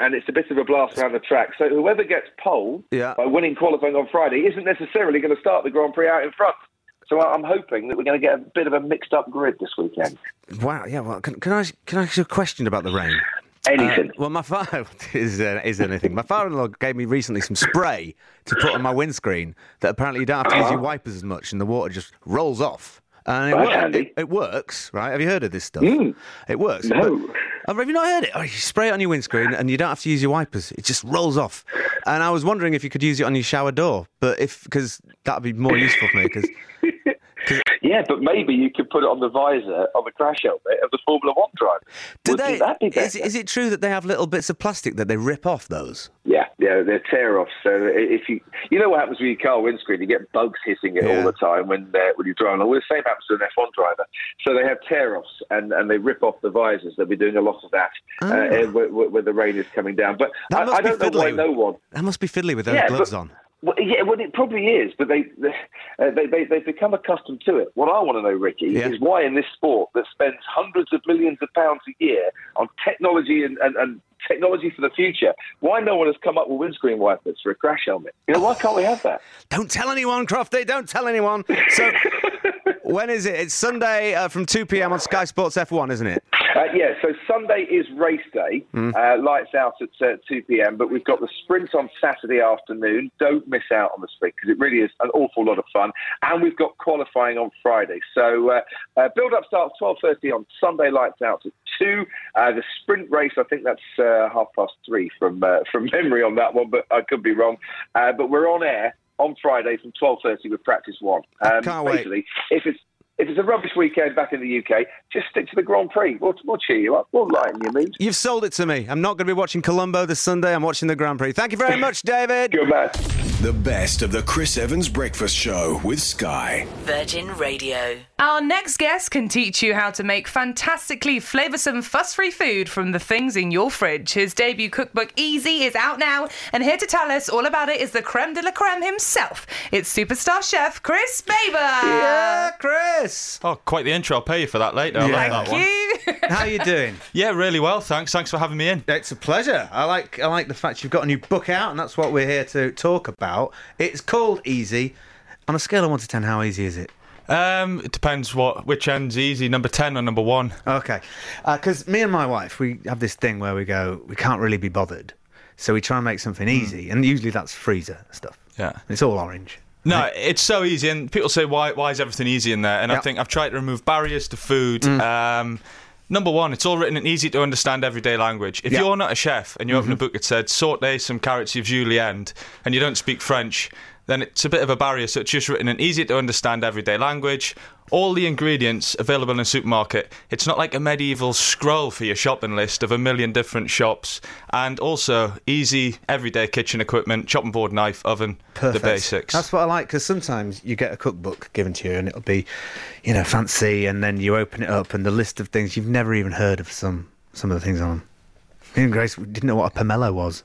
[SPEAKER 9] And it's a bit of a blast around the track. So whoever gets pole
[SPEAKER 1] Yeah.
[SPEAKER 9] by winning qualifying on Friday isn't necessarily going to start the Grand Prix out in front. So I- I'm hoping that we're going to get a bit of a mixed up grid this weekend.
[SPEAKER 1] Wow. Yeah. Well, can, can I can I ask you a question about the rain?
[SPEAKER 9] Anything.
[SPEAKER 1] Uh, well, my father is uh, is anything. My father-in-law gave me recently some spray to put on my windscreen that apparently you don't have to use your
[SPEAKER 9] Uh-huh.
[SPEAKER 1] wipers as much, and the water just rolls off. And it,
[SPEAKER 9] That's
[SPEAKER 1] wor-
[SPEAKER 9] handy.
[SPEAKER 1] it, it works, right? Have you heard of this stuff? It works.
[SPEAKER 9] Hmm. No.
[SPEAKER 1] But, have you not heard it? Oh, you spray it on your windscreen, and you don't have to use your wipers. It just rolls off. And I was wondering if you could use it on your shower door, but if because that'd be more useful for me because.
[SPEAKER 9] Yeah, but maybe you could put it on the visor on the crash helmet of the Formula One driver.
[SPEAKER 1] Do
[SPEAKER 9] Wouldn't
[SPEAKER 1] they,
[SPEAKER 9] that be better?
[SPEAKER 1] is, is it true that they have little bits of plastic that they rip off those?
[SPEAKER 9] Yeah, yeah, they're tear offs. So i- if you, you know what happens with your car windscreen, you get bugs hitting it
[SPEAKER 1] Yeah.
[SPEAKER 9] all the time when uh, when you're driving. Well, the same happens to an F1 driver. So they have tear offs and, and they rip off the visors. They'll be doing a lot of that uh, uh, when, when when the rain is coming down. But
[SPEAKER 1] Ah. That
[SPEAKER 9] I,
[SPEAKER 1] must
[SPEAKER 9] I don't
[SPEAKER 1] be
[SPEAKER 9] know why
[SPEAKER 1] fiddly.
[SPEAKER 9] no one.
[SPEAKER 1] That must be fiddly with those
[SPEAKER 9] Yeah,
[SPEAKER 1] gloves
[SPEAKER 9] but-
[SPEAKER 1] on.
[SPEAKER 9] Well, yeah, well, it probably is, but they, they, uh, they, they they've become accustomed to it. What I want to know, Ricky,
[SPEAKER 1] Yeah.
[SPEAKER 9] is why in this sport that spends hundreds of millions of pounds a year on technology and, and, and technology for the future, why no one has come up with windscreen wipers for a crash helmet? You know, why can't we have that?
[SPEAKER 1] Don't tell anyone, Crofty. Don't tell anyone. So, when is it? It's Sunday uh, from 2 p.m. on Sky Sports F1, isn't it?
[SPEAKER 9] Uh, yeah, so Sunday is race day, uh, lights out at uh, 2 p.m., but we've got the sprint on Saturday afternoon. Don't miss out on the sprint because it really is an awful lot of fun. And we've got qualifying on Friday. So uh, uh, build-up starts 12.30 on Sunday, lights out at 2. Uh, the sprint race, I think that's uh, half past 3 from, uh, from memory on that one, but I could be wrong. Uh, but we're on air on Friday from 12.30 with practice one. Um,
[SPEAKER 1] Can't wait.
[SPEAKER 9] basically, if it's if it's a rubbish weekend back in the UK, just stick to the Grand Prix. We'll, we'll cheer you up. We'll lighten your mood.
[SPEAKER 1] You've sold it to me. I'm not going to be watching Colombo this Sunday. I'm watching the Grand Prix. Thank you very much, David.
[SPEAKER 9] Good man.
[SPEAKER 4] The best of the Chris Evans Breakfast Show with Sky.
[SPEAKER 6] Virgin Radio.
[SPEAKER 2] Our next guest can teach you how to make fantastically flavoursome, fuss free food from the things in your fridge. His debut cookbook, Easy, is out now, and here to tell us all about it is the creme de la creme himself. It's superstar chef Chris Baber.
[SPEAKER 1] Yeah, Chris.
[SPEAKER 5] Oh, quite the intro. I'll pay you for that
[SPEAKER 3] Oh,
[SPEAKER 5] later. I like that
[SPEAKER 2] Thank
[SPEAKER 5] one.
[SPEAKER 2] you.
[SPEAKER 1] How you doing?
[SPEAKER 5] Yeah, really well. Thanks. Thanks for having me in.
[SPEAKER 1] It's a pleasure. I like I like the fact you've got a new book out, and that's what we're here to talk about. It's called Easy. On a scale of one to ten, how easy is it?
[SPEAKER 5] Um, it depends what which end's easy. Number ten or number one.
[SPEAKER 1] Okay, because me and my wife, we have this thing where we go, we can't really be bothered, so we try and make something easy, and usually that's freezer stuff.
[SPEAKER 5] Hmm. Yeah.
[SPEAKER 1] And it's all orange.
[SPEAKER 5] No, it's so easy, and people say why why is everything easy in there? And
[SPEAKER 1] Yeah. Mm.
[SPEAKER 5] I think I've tried to remove barriers to food. Um, number one, it's all written in easy to understand everyday language. If
[SPEAKER 1] Yeah. Mm-hmm.
[SPEAKER 5] you're not a chef and you open a book that said saute some carrots of julienne and you don't speak French, then it's a bit of a barrier. So it's just written in easy to understand everyday language. All the ingredients available in a supermarket. It's not like a medieval scroll for your shopping list of a million different shops. And also easy everyday kitchen equipment: chopping board, knife, oven,
[SPEAKER 1] Perfect.
[SPEAKER 5] the basics.
[SPEAKER 1] That's what I like because sometimes you get a cookbook given to you and it'll be, you know, fancy, and then you open it up and the list of things you've never even heard of some some of the things on them. Me and Grace didn't know what a pomelo was.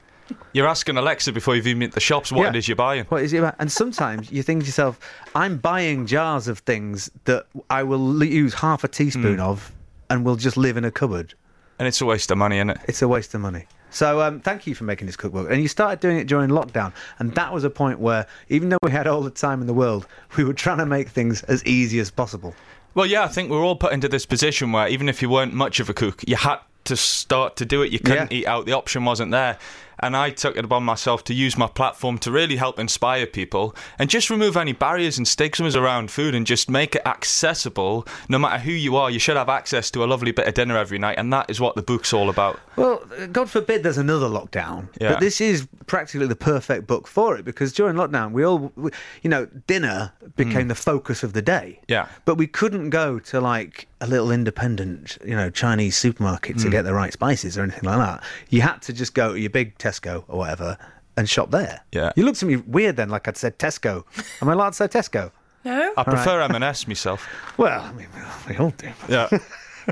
[SPEAKER 5] You're asking Alexa before you've even hit the shops what
[SPEAKER 1] Yeah.
[SPEAKER 5] it is you're buying.
[SPEAKER 1] What is it about? And sometimes you think to yourself, I'm buying jars of things that I will l- use half a
[SPEAKER 5] Hmm.
[SPEAKER 1] teaspoon of and will just live in a cupboard.
[SPEAKER 5] And it's a waste of money, isn't it?
[SPEAKER 1] It's a waste of money. So um, thank you for making this cookbook. And you started doing it during lockdown. And that was a point where, even though we had all the time in the world, we were trying to make things as easy as possible.
[SPEAKER 5] Well, yeah, I think we're all put into this position where even if you weren't much of a cook, you had to start to do it. You couldn't
[SPEAKER 1] Yeah.
[SPEAKER 5] eat out. The option wasn't there. and I took it upon myself to use my platform to really help inspire people and just remove any barriers and stigmas around food and just make it accessible. No matter who you are, you should have access to a lovely bit of dinner every night, and that is what the book's all about.
[SPEAKER 1] Well, God forbid there's another lockdown,
[SPEAKER 5] Yeah.
[SPEAKER 1] but this is practically the perfect book for it because during lockdown, we all, we, you know, dinner became the focus of the day.
[SPEAKER 5] Hmm. Yeah.
[SPEAKER 1] But we couldn't go to like a little independent, you know, Chinese supermarket to
[SPEAKER 5] Mm.
[SPEAKER 1] get the right spices or anything like that. You had to just go to your big Tesco or whatever and shop there. Yeah. You looked at me weird then, like I'd said Tesco. Am I allowed to say Tesco?
[SPEAKER 2] No.
[SPEAKER 5] I
[SPEAKER 1] All right.
[SPEAKER 5] prefer M&S myself.
[SPEAKER 1] Well, I mean, we all do.
[SPEAKER 5] Yeah.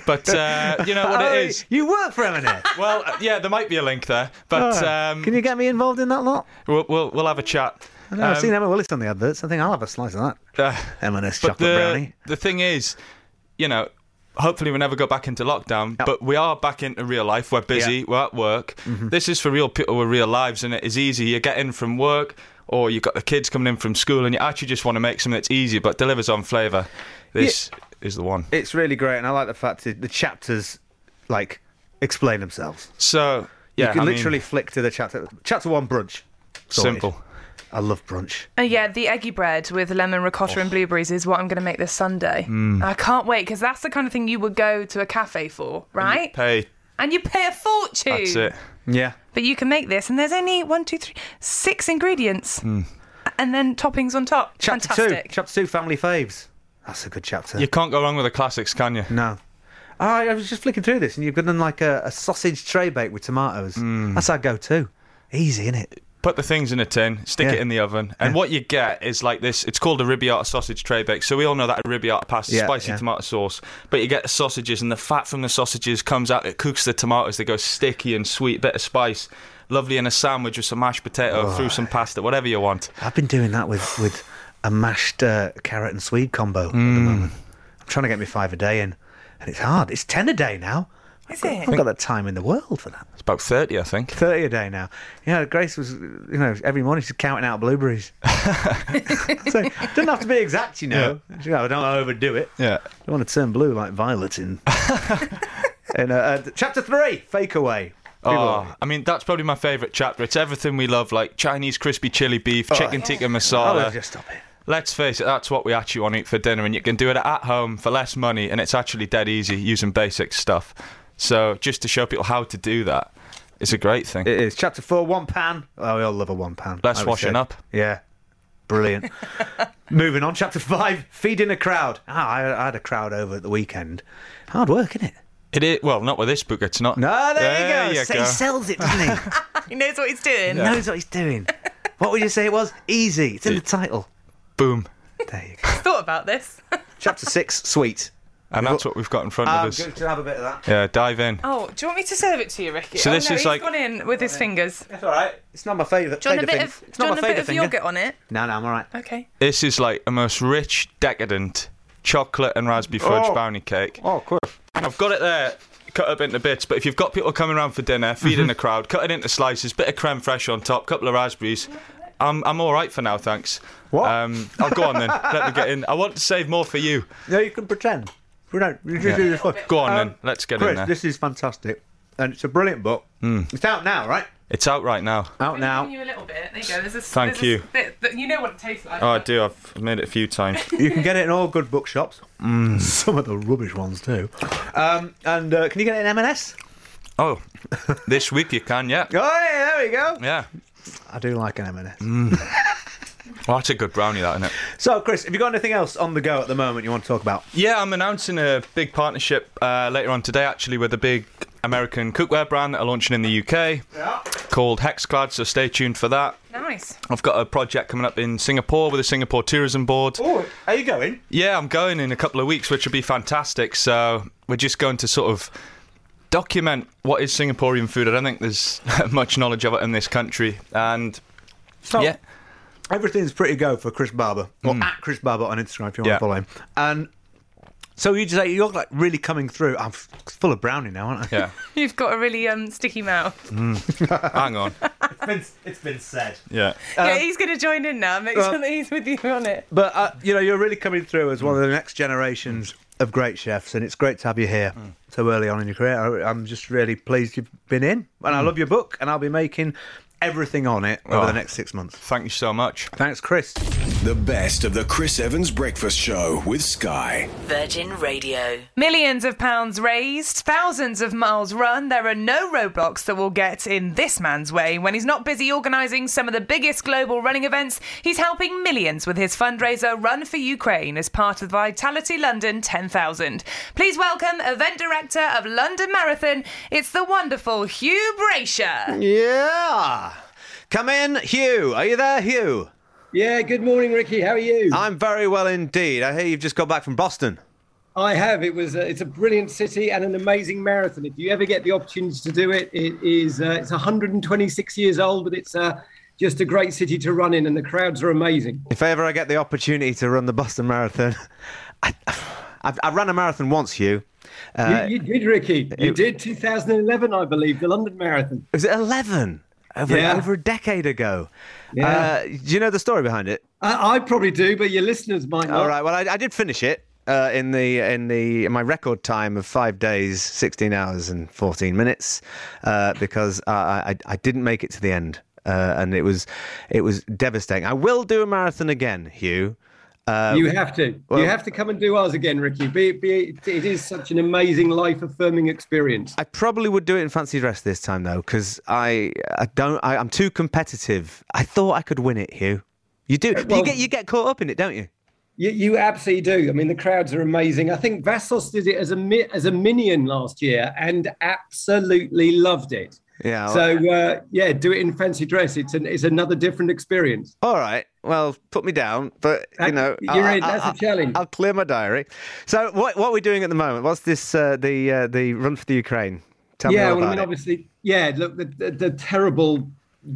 [SPEAKER 5] But uh, you know what
[SPEAKER 1] Oh,
[SPEAKER 5] it is.
[SPEAKER 1] You work for M&S.
[SPEAKER 5] Well, uh, yeah, there might be a link there, but
[SPEAKER 1] Oh,
[SPEAKER 5] um,
[SPEAKER 1] can you get me involved in that lot?
[SPEAKER 5] we'll, we'll we'll have a chat.
[SPEAKER 1] I know, I've
[SPEAKER 5] Um,
[SPEAKER 1] seen Emma Willis on the adverts. I think I'll have a slice of that.
[SPEAKER 5] Uh,
[SPEAKER 1] M&S
[SPEAKER 5] but
[SPEAKER 1] chocolate
[SPEAKER 5] the,
[SPEAKER 1] brownie.
[SPEAKER 5] The thing is, you know, hopefully we never go back into lockdown, but we are back into real life. We're busy,
[SPEAKER 1] Yeah. Mm-hmm.
[SPEAKER 5] we're at work. This is for real people with real lives, and it is easy. You get in from work, or you've got the kids coming in from school, and you actually just want to make something that's easy but delivers on flavour. This is the one.
[SPEAKER 1] It's really great, and I like the fact that the chapters, like, explain themselves.
[SPEAKER 5] So, yeah,
[SPEAKER 1] you can
[SPEAKER 5] I mean-
[SPEAKER 1] literally flick to the chapter. Chapter one, brunch. Sorted.
[SPEAKER 5] Simple.
[SPEAKER 1] I love brunch.
[SPEAKER 2] Uh, yeah, the eggy bread with lemon ricotta and blueberries is what I'm going to make this Sunday.
[SPEAKER 5] Oh. Mm.
[SPEAKER 2] I can't wait because that's the kind of thing you would go to a cafe for, right?
[SPEAKER 5] Pay.
[SPEAKER 2] And you pay a fortune.
[SPEAKER 5] That's it.
[SPEAKER 1] Yeah.
[SPEAKER 2] But you can make this, and there's only one, two, three, six ingredients, and then toppings on top.
[SPEAKER 1] Chapter
[SPEAKER 2] Fantastic.
[SPEAKER 1] two. Chapter two, family faves. That's a good chapter.
[SPEAKER 5] You can't go wrong with the classics, can you?
[SPEAKER 1] No. I, I was just flicking through this, and you've got them like a, a sausage tray bake with tomatoes. That's our go-to. Easy, isn't it?
[SPEAKER 5] Put the things in a tin, stick
[SPEAKER 1] Yeah.
[SPEAKER 5] it in the oven, and what you get is like this. It's called a ribbiata sausage tray bake. So we all know that a ribbiata pasta,
[SPEAKER 1] Yeah,
[SPEAKER 5] spicy
[SPEAKER 1] yeah.
[SPEAKER 5] tomato sauce. But you get the sausages, and the fat from the sausages comes out. It cooks the tomatoes. They go sticky and sweet, bit of spice, lovely in a sandwich with some mashed potato,
[SPEAKER 1] Oh.
[SPEAKER 5] through some pasta, whatever you want.
[SPEAKER 1] I've been doing that with with a mashed uh, carrot and swede combo at the
[SPEAKER 5] Mm.
[SPEAKER 1] moment. I'm trying to get me five a day in, and it's hard. It's ten a day now.
[SPEAKER 2] Is
[SPEAKER 1] I've
[SPEAKER 2] it?
[SPEAKER 1] got that time in the world for that.
[SPEAKER 5] It's about thirty, I think.
[SPEAKER 1] Thirty a day now. Yeah, Grace was, you know, every morning she's counting out blueberries. so it doesn't have to be exact, you know. She goes, I don't overdo it.
[SPEAKER 5] Yeah.
[SPEAKER 1] I want to turn blue like violet in. in uh, uh, chapter three, fake away. People are-
[SPEAKER 5] Oh, I mean, that's probably my favourite chapter. It's everything we love, like Chinese crispy chili beef,
[SPEAKER 1] Oh,
[SPEAKER 5] chicken tikka masala.
[SPEAKER 1] I'll just stop it.
[SPEAKER 5] Let's face it, that's what we actually want to eat for dinner, and you can do it at home for less money, and it's actually dead easy using basic stuff. So, just to show people how to do that, it's a great thing.
[SPEAKER 1] It is. Chapter four, one pan. Oh, we all love a one pan.
[SPEAKER 5] Less
[SPEAKER 1] I would
[SPEAKER 5] washing
[SPEAKER 1] say.
[SPEAKER 5] up.
[SPEAKER 1] Yeah. Brilliant. Moving on, chapter five, feeding a crowd. Ah, I, I had a crowd over at the weekend. Hard work, isn't it?
[SPEAKER 5] It is, well, not with this book, it's not.
[SPEAKER 1] No, there, you go. So He sells it, doesn't he?
[SPEAKER 2] He knows what he's doing.
[SPEAKER 1] He knows what he's doing. What would you say it was? Easy. It's in the title.
[SPEAKER 5] Boom.
[SPEAKER 2] Thought about this.
[SPEAKER 1] Chapter six, sweet.
[SPEAKER 5] And that's what we've got in front
[SPEAKER 1] I'm
[SPEAKER 5] of us.
[SPEAKER 1] Oh, good to have a bit of that.
[SPEAKER 5] Yeah, dive in.
[SPEAKER 2] Oh, do you want me to serve it to you, Ricky?
[SPEAKER 5] So
[SPEAKER 2] oh,
[SPEAKER 5] this
[SPEAKER 2] no,
[SPEAKER 5] is
[SPEAKER 2] he's
[SPEAKER 5] like-
[SPEAKER 2] gone in with his fingers.
[SPEAKER 1] That's all right. It's not my favourite.
[SPEAKER 2] Do you want a
[SPEAKER 1] favourite
[SPEAKER 2] bit
[SPEAKER 1] thing.
[SPEAKER 2] of,
[SPEAKER 1] It's
[SPEAKER 2] do you
[SPEAKER 1] not
[SPEAKER 2] want
[SPEAKER 1] my
[SPEAKER 2] a bit
[SPEAKER 1] favourite
[SPEAKER 2] of
[SPEAKER 1] finger.
[SPEAKER 2] yogurt on it?
[SPEAKER 1] No, no, I'm all right.
[SPEAKER 2] Okay.
[SPEAKER 5] This is like the most rich, decadent chocolate and raspberry fudge
[SPEAKER 1] Oh.
[SPEAKER 5] brownie cake.
[SPEAKER 1] Oh, of course.
[SPEAKER 5] I've got it there. Cut up into bits, but if you've got people coming around for dinner,
[SPEAKER 1] Mm-hmm.
[SPEAKER 5] feeding the crowd, cut it into slices, bit of creme fraiche on top, couple of raspberries. I'm I'm all right for now, thanks. What? Um, I'll go on then. Let me get in. I want to save more for you.
[SPEAKER 1] No, you can pretend. We don't. You just
[SPEAKER 5] Yeah.
[SPEAKER 1] do this one.
[SPEAKER 5] Go on
[SPEAKER 1] Um,
[SPEAKER 5] then. Let's get
[SPEAKER 1] Chris,
[SPEAKER 5] in there. Hmm.
[SPEAKER 1] this is fantastic, and it's a brilliant book. It's out now, right?
[SPEAKER 5] It's out right now.
[SPEAKER 1] Out now.
[SPEAKER 2] you a little bit. There you go. There's a,
[SPEAKER 5] Thank
[SPEAKER 2] there's a
[SPEAKER 5] you.
[SPEAKER 2] bit that- you know what it tastes like.
[SPEAKER 5] Oh, I do. I've made it a few times.
[SPEAKER 1] You can get it in all good bookshops.
[SPEAKER 5] Hmm.
[SPEAKER 1] Some of the rubbish ones too. Um, and uh, can you get it in M&S?
[SPEAKER 5] Oh, this week you can, yeah.
[SPEAKER 1] Oh, yeah, there we go.
[SPEAKER 5] Yeah. Hmm.
[SPEAKER 1] I do like an M&S.
[SPEAKER 5] Well, Oh, that's a good brownie, that, isn't it?
[SPEAKER 1] So, Chris, have you got anything else on the go at the moment you want to talk about?
[SPEAKER 5] Yeah, I'm announcing a big partnership uh, later on today, actually, with a big American cookware brand that are launching in the UK called Hexclad. So stay tuned for that.
[SPEAKER 2] Nice.
[SPEAKER 3] Oh.
[SPEAKER 5] I've got a project coming up in Singapore with the Singapore Tourism Board.
[SPEAKER 1] Oh, are you going?
[SPEAKER 5] Yeah, I'm going in a couple of weeks, which will be fantastic. So we're just going to sort of document what is Singaporean food. I don't think there's much knowledge of it in this country, and
[SPEAKER 1] So,
[SPEAKER 5] yeah, Hmm.
[SPEAKER 1] everything's pretty go for Chris Barber, or at Chris Barber on Instagram if you want
[SPEAKER 5] Yeah.
[SPEAKER 1] to follow him. And so you just like, you're like really coming through. I'm f- full of brownie now, aren't I?
[SPEAKER 5] yeah.
[SPEAKER 2] You've got a really um, sticky mouth.
[SPEAKER 5] Hang on,
[SPEAKER 1] it's been it's been said.
[SPEAKER 5] yeah.
[SPEAKER 2] yeah, he's going to join in now. Make
[SPEAKER 1] well-
[SPEAKER 2] sure that he's with you on it.
[SPEAKER 1] But uh, you know, you're really coming through as one of the next generations of great chefs, and it's great to have you here
[SPEAKER 5] Mm.
[SPEAKER 1] so early on in your career. I, I'm just really pleased you've been in, and I
[SPEAKER 5] Mm.
[SPEAKER 1] love your book, and I'll be making everything on it over
[SPEAKER 5] Oh.
[SPEAKER 1] the next six months.
[SPEAKER 5] Thank you so much.
[SPEAKER 1] Thanks, Chris.
[SPEAKER 4] The best of the Chris Evans Breakfast Show with Sky.
[SPEAKER 10] Virgin Radio.
[SPEAKER 2] Millions of pounds raised, thousands of miles run. There are no roadblocks that will get in this man's way. When he's not busy organising some of the biggest global running events, he's helping millions with his fundraiser Run for Ukraine as part of Vitality London 10,000. Please welcome event director of London Marathon, it's the wonderful Hugh Brasher.
[SPEAKER 1] Yeah. Come in, Hugh. Are you there, Hugh?
[SPEAKER 11] Yeah, good morning, Ricky. How are you?
[SPEAKER 1] I'm very well indeed. I hear you've just got back from Boston.
[SPEAKER 11] I have. It was. A, it's a brilliant city and an amazing marathon. If you ever get the opportunity to do it, it is. Uh, it's 126 years old, but it's uh, just a great city to run in, and the crowds are amazing.
[SPEAKER 1] If ever I get the opportunity to run the Boston Marathon, I, I've, I ran a marathon once, Hugh. Uh,
[SPEAKER 11] you, you did, Ricky. You
[SPEAKER 1] it-
[SPEAKER 11] did 2011, I believe, the London Marathon.
[SPEAKER 1] Was it 11? Over,
[SPEAKER 11] Yeah.
[SPEAKER 1] over a decade ago.
[SPEAKER 11] Yeah.
[SPEAKER 1] Uh, do you know the story behind it?
[SPEAKER 11] I, I probably do, but your listeners might not.
[SPEAKER 1] All right. Well, I, I did finish it uh, in the in the in my record time of five days, sixteen hours and fourteen minutes, uh, because I, I I didn't make it to the end, uh, and it was it was devastating. I will do a marathon again, Hugh. Uh,
[SPEAKER 11] you have to.
[SPEAKER 1] well-
[SPEAKER 11] you have to come and do ours again, Ricky. Be, be, it is such an amazing, life-affirming experience.
[SPEAKER 1] I probably would do it in fancy dress this time though, because I I don't I, I'm too competitive. I thought I could win it, Hugh. You do. you
[SPEAKER 11] well-
[SPEAKER 1] get you get caught up in it, don't you?
[SPEAKER 11] You, you absolutely do. I mean, the crowds are amazing. I think Vassos did it as a mi- as a minion last year and absolutely loved it.
[SPEAKER 1] Yeah.
[SPEAKER 11] So uh, yeah, do it in fancy dress. It's an, it's another different experience.
[SPEAKER 1] All right. Well, put me down, but you
[SPEAKER 11] That-
[SPEAKER 1] know,
[SPEAKER 11] you're in. That's
[SPEAKER 1] a
[SPEAKER 11] a challenge.
[SPEAKER 1] I'll clear my diary. So, what what are we doing at the moment? What's this? Uh, the uh, the run for the Ukraine. Tell
[SPEAKER 11] yeah,
[SPEAKER 1] me all
[SPEAKER 11] well, I
[SPEAKER 1] about
[SPEAKER 11] mean,
[SPEAKER 1] it.
[SPEAKER 11] obviously, yeah. Look, the, the, the terrible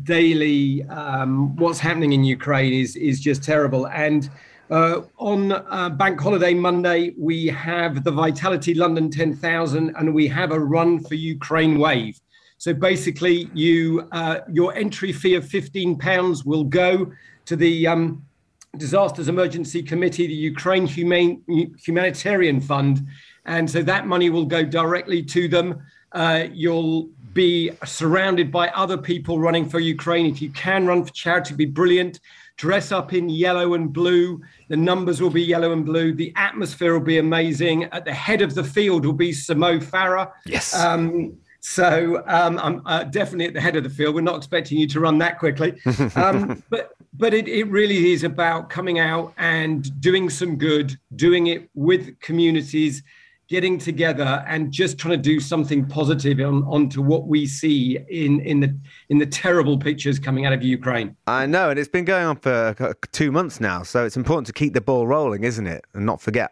[SPEAKER 11] daily um, what's happening in Ukraine is is just terrible. And uh, on uh, Bank Holiday Monday, we have the Vitality London Ten Thousand, and we have a Run for Ukraine wave. So basically, you uh, your entry fee of fifteen pounds will go to the um, Disasters Emergency Committee, the Ukraine Humane, Humanitarian Fund. And so that money will go directly to them. Uh, you'll be surrounded by other people running for Ukraine. If you can run for charity, be brilliant. Dress up in yellow and blue. The numbers will be yellow and blue. The atmosphere will be amazing. At the head of the field will be Samo Farah.
[SPEAKER 1] Yes.
[SPEAKER 11] Um, so um, I'm uh, definitely at the head of the field. We're not expecting you to run that quickly. Um, but but it, it really is about coming out and doing some good, doing it with communities, getting together and just trying to do something positive on, onto what we see in, in the in the terrible pictures coming out of Ukraine.
[SPEAKER 1] I know, and it's been going on for uh, two months now. So it's important to keep the ball rolling, isn't it? And not forget.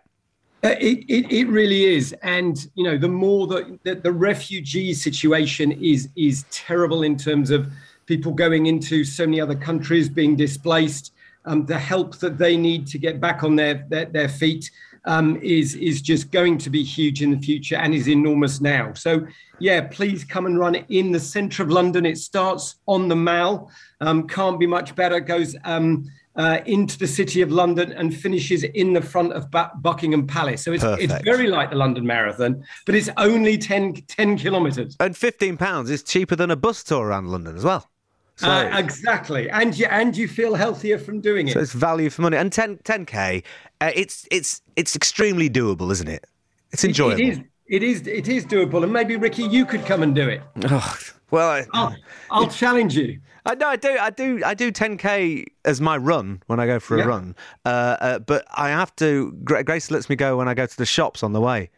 [SPEAKER 11] Uh, It, it, it really is. And, you know, the more that the, the refugee situation is is terrible in terms of people going into so many other countries, being displaced, um, the help that they need to get back on their, their, their feet um, is, is just going to be huge in the future and is enormous now. So, yeah, please come and run in the centre of London. It starts on the Mall, um, can't be much better, goes. Um, uh, into the city of London and finishes in the front of Bu- Buckingham Palace. So it's, it's
[SPEAKER 1] Perfect.
[SPEAKER 11] very like the London Marathon, but it's only 10, 10 kilometres.
[SPEAKER 1] And fifteen pounds is cheaper than a bus tour around London as well. So,
[SPEAKER 11] Uh, exactly. And you, and you feel healthier from doing it.
[SPEAKER 1] so it's value for money. And 10 10k, uh, it's it's it's extremely doable, isn't it? It's
[SPEAKER 11] It-
[SPEAKER 1] enjoyable.
[SPEAKER 11] It is, it is it is doable. And maybe, Ricky, you could come and do it.
[SPEAKER 1] Ugh, well, I,
[SPEAKER 11] I'll, I'll challenge you.
[SPEAKER 1] I know Uh, I do. I do. I do 10k as my run when I go for a
[SPEAKER 11] Yeah.
[SPEAKER 1] run. Uh, uh, but I have to. Gra- Grace lets me go when I go to the shops on the way.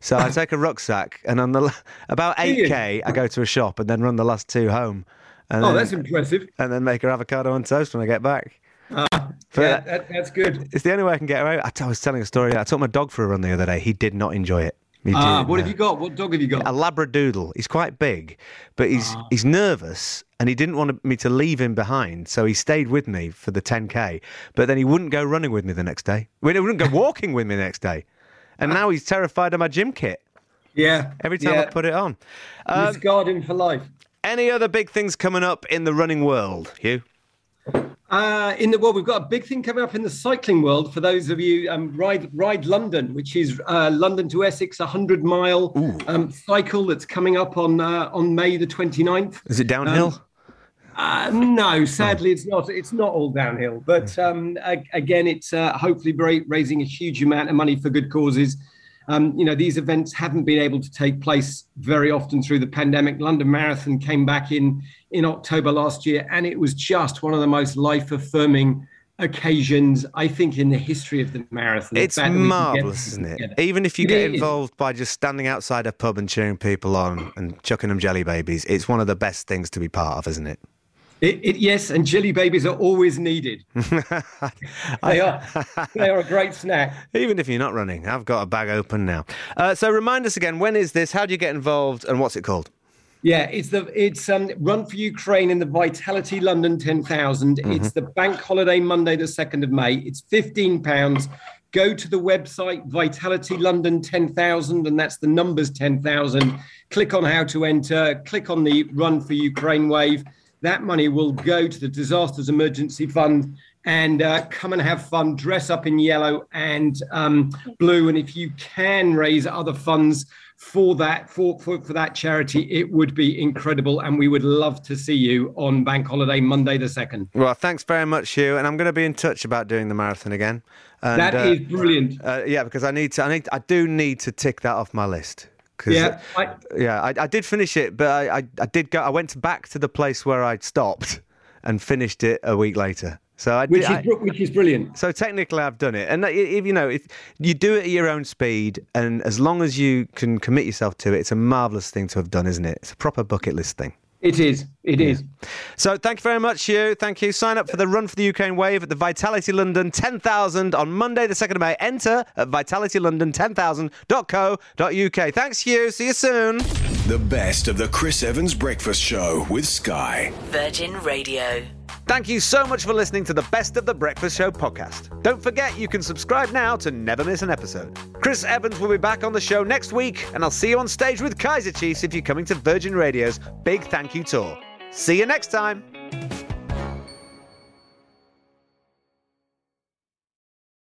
[SPEAKER 1] So I take a rucksack, and on the la- about
[SPEAKER 11] Do you?
[SPEAKER 1] 8k, I go to a shop and then run the last two home. And
[SPEAKER 11] oh,
[SPEAKER 1] then,
[SPEAKER 11] that's impressive.
[SPEAKER 1] and then make her avocado on toast when I get back.
[SPEAKER 11] Uh,
[SPEAKER 1] But
[SPEAKER 11] yeah, that, that's good.
[SPEAKER 1] It's the only way I can get her out. I, t- I was telling a story. I took my dog for a run the other day. He did not enjoy it. He
[SPEAKER 11] Ah,
[SPEAKER 1] did
[SPEAKER 11] what
[SPEAKER 1] not.
[SPEAKER 11] have you got? What dog have you got?
[SPEAKER 1] a labradoodle. He's quite big, but he's
[SPEAKER 11] Ah.
[SPEAKER 1] he's nervous and he didn't want me to leave him behind, so he stayed with me for the 10k. But then he wouldn't go running with me the next day. Well, He wouldn't go walking with me the next day. And now he's terrified of my gym kit
[SPEAKER 11] Yeah.
[SPEAKER 1] every time I
[SPEAKER 11] yeah. um,
[SPEAKER 1] put it on.
[SPEAKER 11] He's guarding for life.
[SPEAKER 1] Any other big things coming up in the running world, Hugh?
[SPEAKER 11] Uh, in the world, we've got a big thing coming up in the cycling world for those of you. Um, Ride Ride London, which is uh, London to Essex, a hundred mile um, cycle that's coming up on uh, on May the 29th.
[SPEAKER 1] Is it downhill?
[SPEAKER 11] Um, uh, no, sadly, it's not. It's not all downhill. But um, a- again, it's uh, hopefully ra- raising a huge amount of money for good causes. Um, you know, these events haven't been able to take place very often through the pandemic. London Marathon came back in in October last year, and it was just one of the most life affirming occasions I think in the history of the marathon. The
[SPEAKER 1] It's
[SPEAKER 11] fact that we can get
[SPEAKER 1] marvellous, isn't it?
[SPEAKER 11] together.
[SPEAKER 1] Even if you
[SPEAKER 11] It
[SPEAKER 1] get
[SPEAKER 11] is.
[SPEAKER 1] involved by just standing outside a pub and cheering people on and chucking them jelly babies, it's one of the best things to be part of, isn't it?
[SPEAKER 11] It, it, yes, and jelly babies are always needed. they are. They are a great snack.
[SPEAKER 1] Even if you're not running, I've got a bag open now. Uh, so remind us again, when is this? How do you get involved and what's it called?
[SPEAKER 11] Yeah, it's the it's um, Run for Ukraine and the Vitality London 10,000. It's
[SPEAKER 1] Mhm.
[SPEAKER 11] the bank holiday Monday, the 2nd of May. It's £15. pounds. Go to the website Vitality London 10,000, and that's the numbers 10,000. Click on how to enter, click on the Run for Ukraine wave. That money will go to the Disasters Emergency Fund and uh, come and have fun, dress up in yellow and um, blue. And if you can raise other funds for that, for, for, for that charity, it would be incredible. And we would love to see you on Bank Holiday Monday the 2nd.
[SPEAKER 1] Well, thanks very much, Hugh. And I'm going to be in touch about doing the marathon again. And,
[SPEAKER 11] That is brilliant.
[SPEAKER 1] Uh, yeah, because I need to. I need. I do need to tick that off my list. 'Cause,
[SPEAKER 11] Yeah,
[SPEAKER 1] uh,
[SPEAKER 11] I-
[SPEAKER 1] yeah. I, I did finish it, but I, I, I did go. I went back to the place where I would stopped and finished it a week later. So I
[SPEAKER 11] Which
[SPEAKER 1] did,
[SPEAKER 11] is br- which is brilliant.
[SPEAKER 1] So technically, I've done it, and that- if you know, if you do it at your own speed, and as long as you can commit yourself to it, it's a marvelous thing to have done, isn't it? It's a proper bucket list thing.
[SPEAKER 11] It is. It is.
[SPEAKER 1] So thank you very much, Hugh. Thank you. Sign up for the Run for the Ukraine Wave at the Vitality London 10,000 on Monday, the 2nd of May. Enter at vitalitylondon10,000.co.uk. Thanks, Hugh. See you soon.
[SPEAKER 4] The best of the Chris Evans Breakfast Show with Sky.
[SPEAKER 10] Virgin Radio.
[SPEAKER 1] Thank you so much for listening to the Best of the Breakfast Show podcast. Don't forget you can subscribe now to never miss an episode. Chris Evans will be back on the show next week, and I'll see you on stage with Kaiser Chiefs if you're coming to Virgin Radio's Big Thank You Tour. See you next time.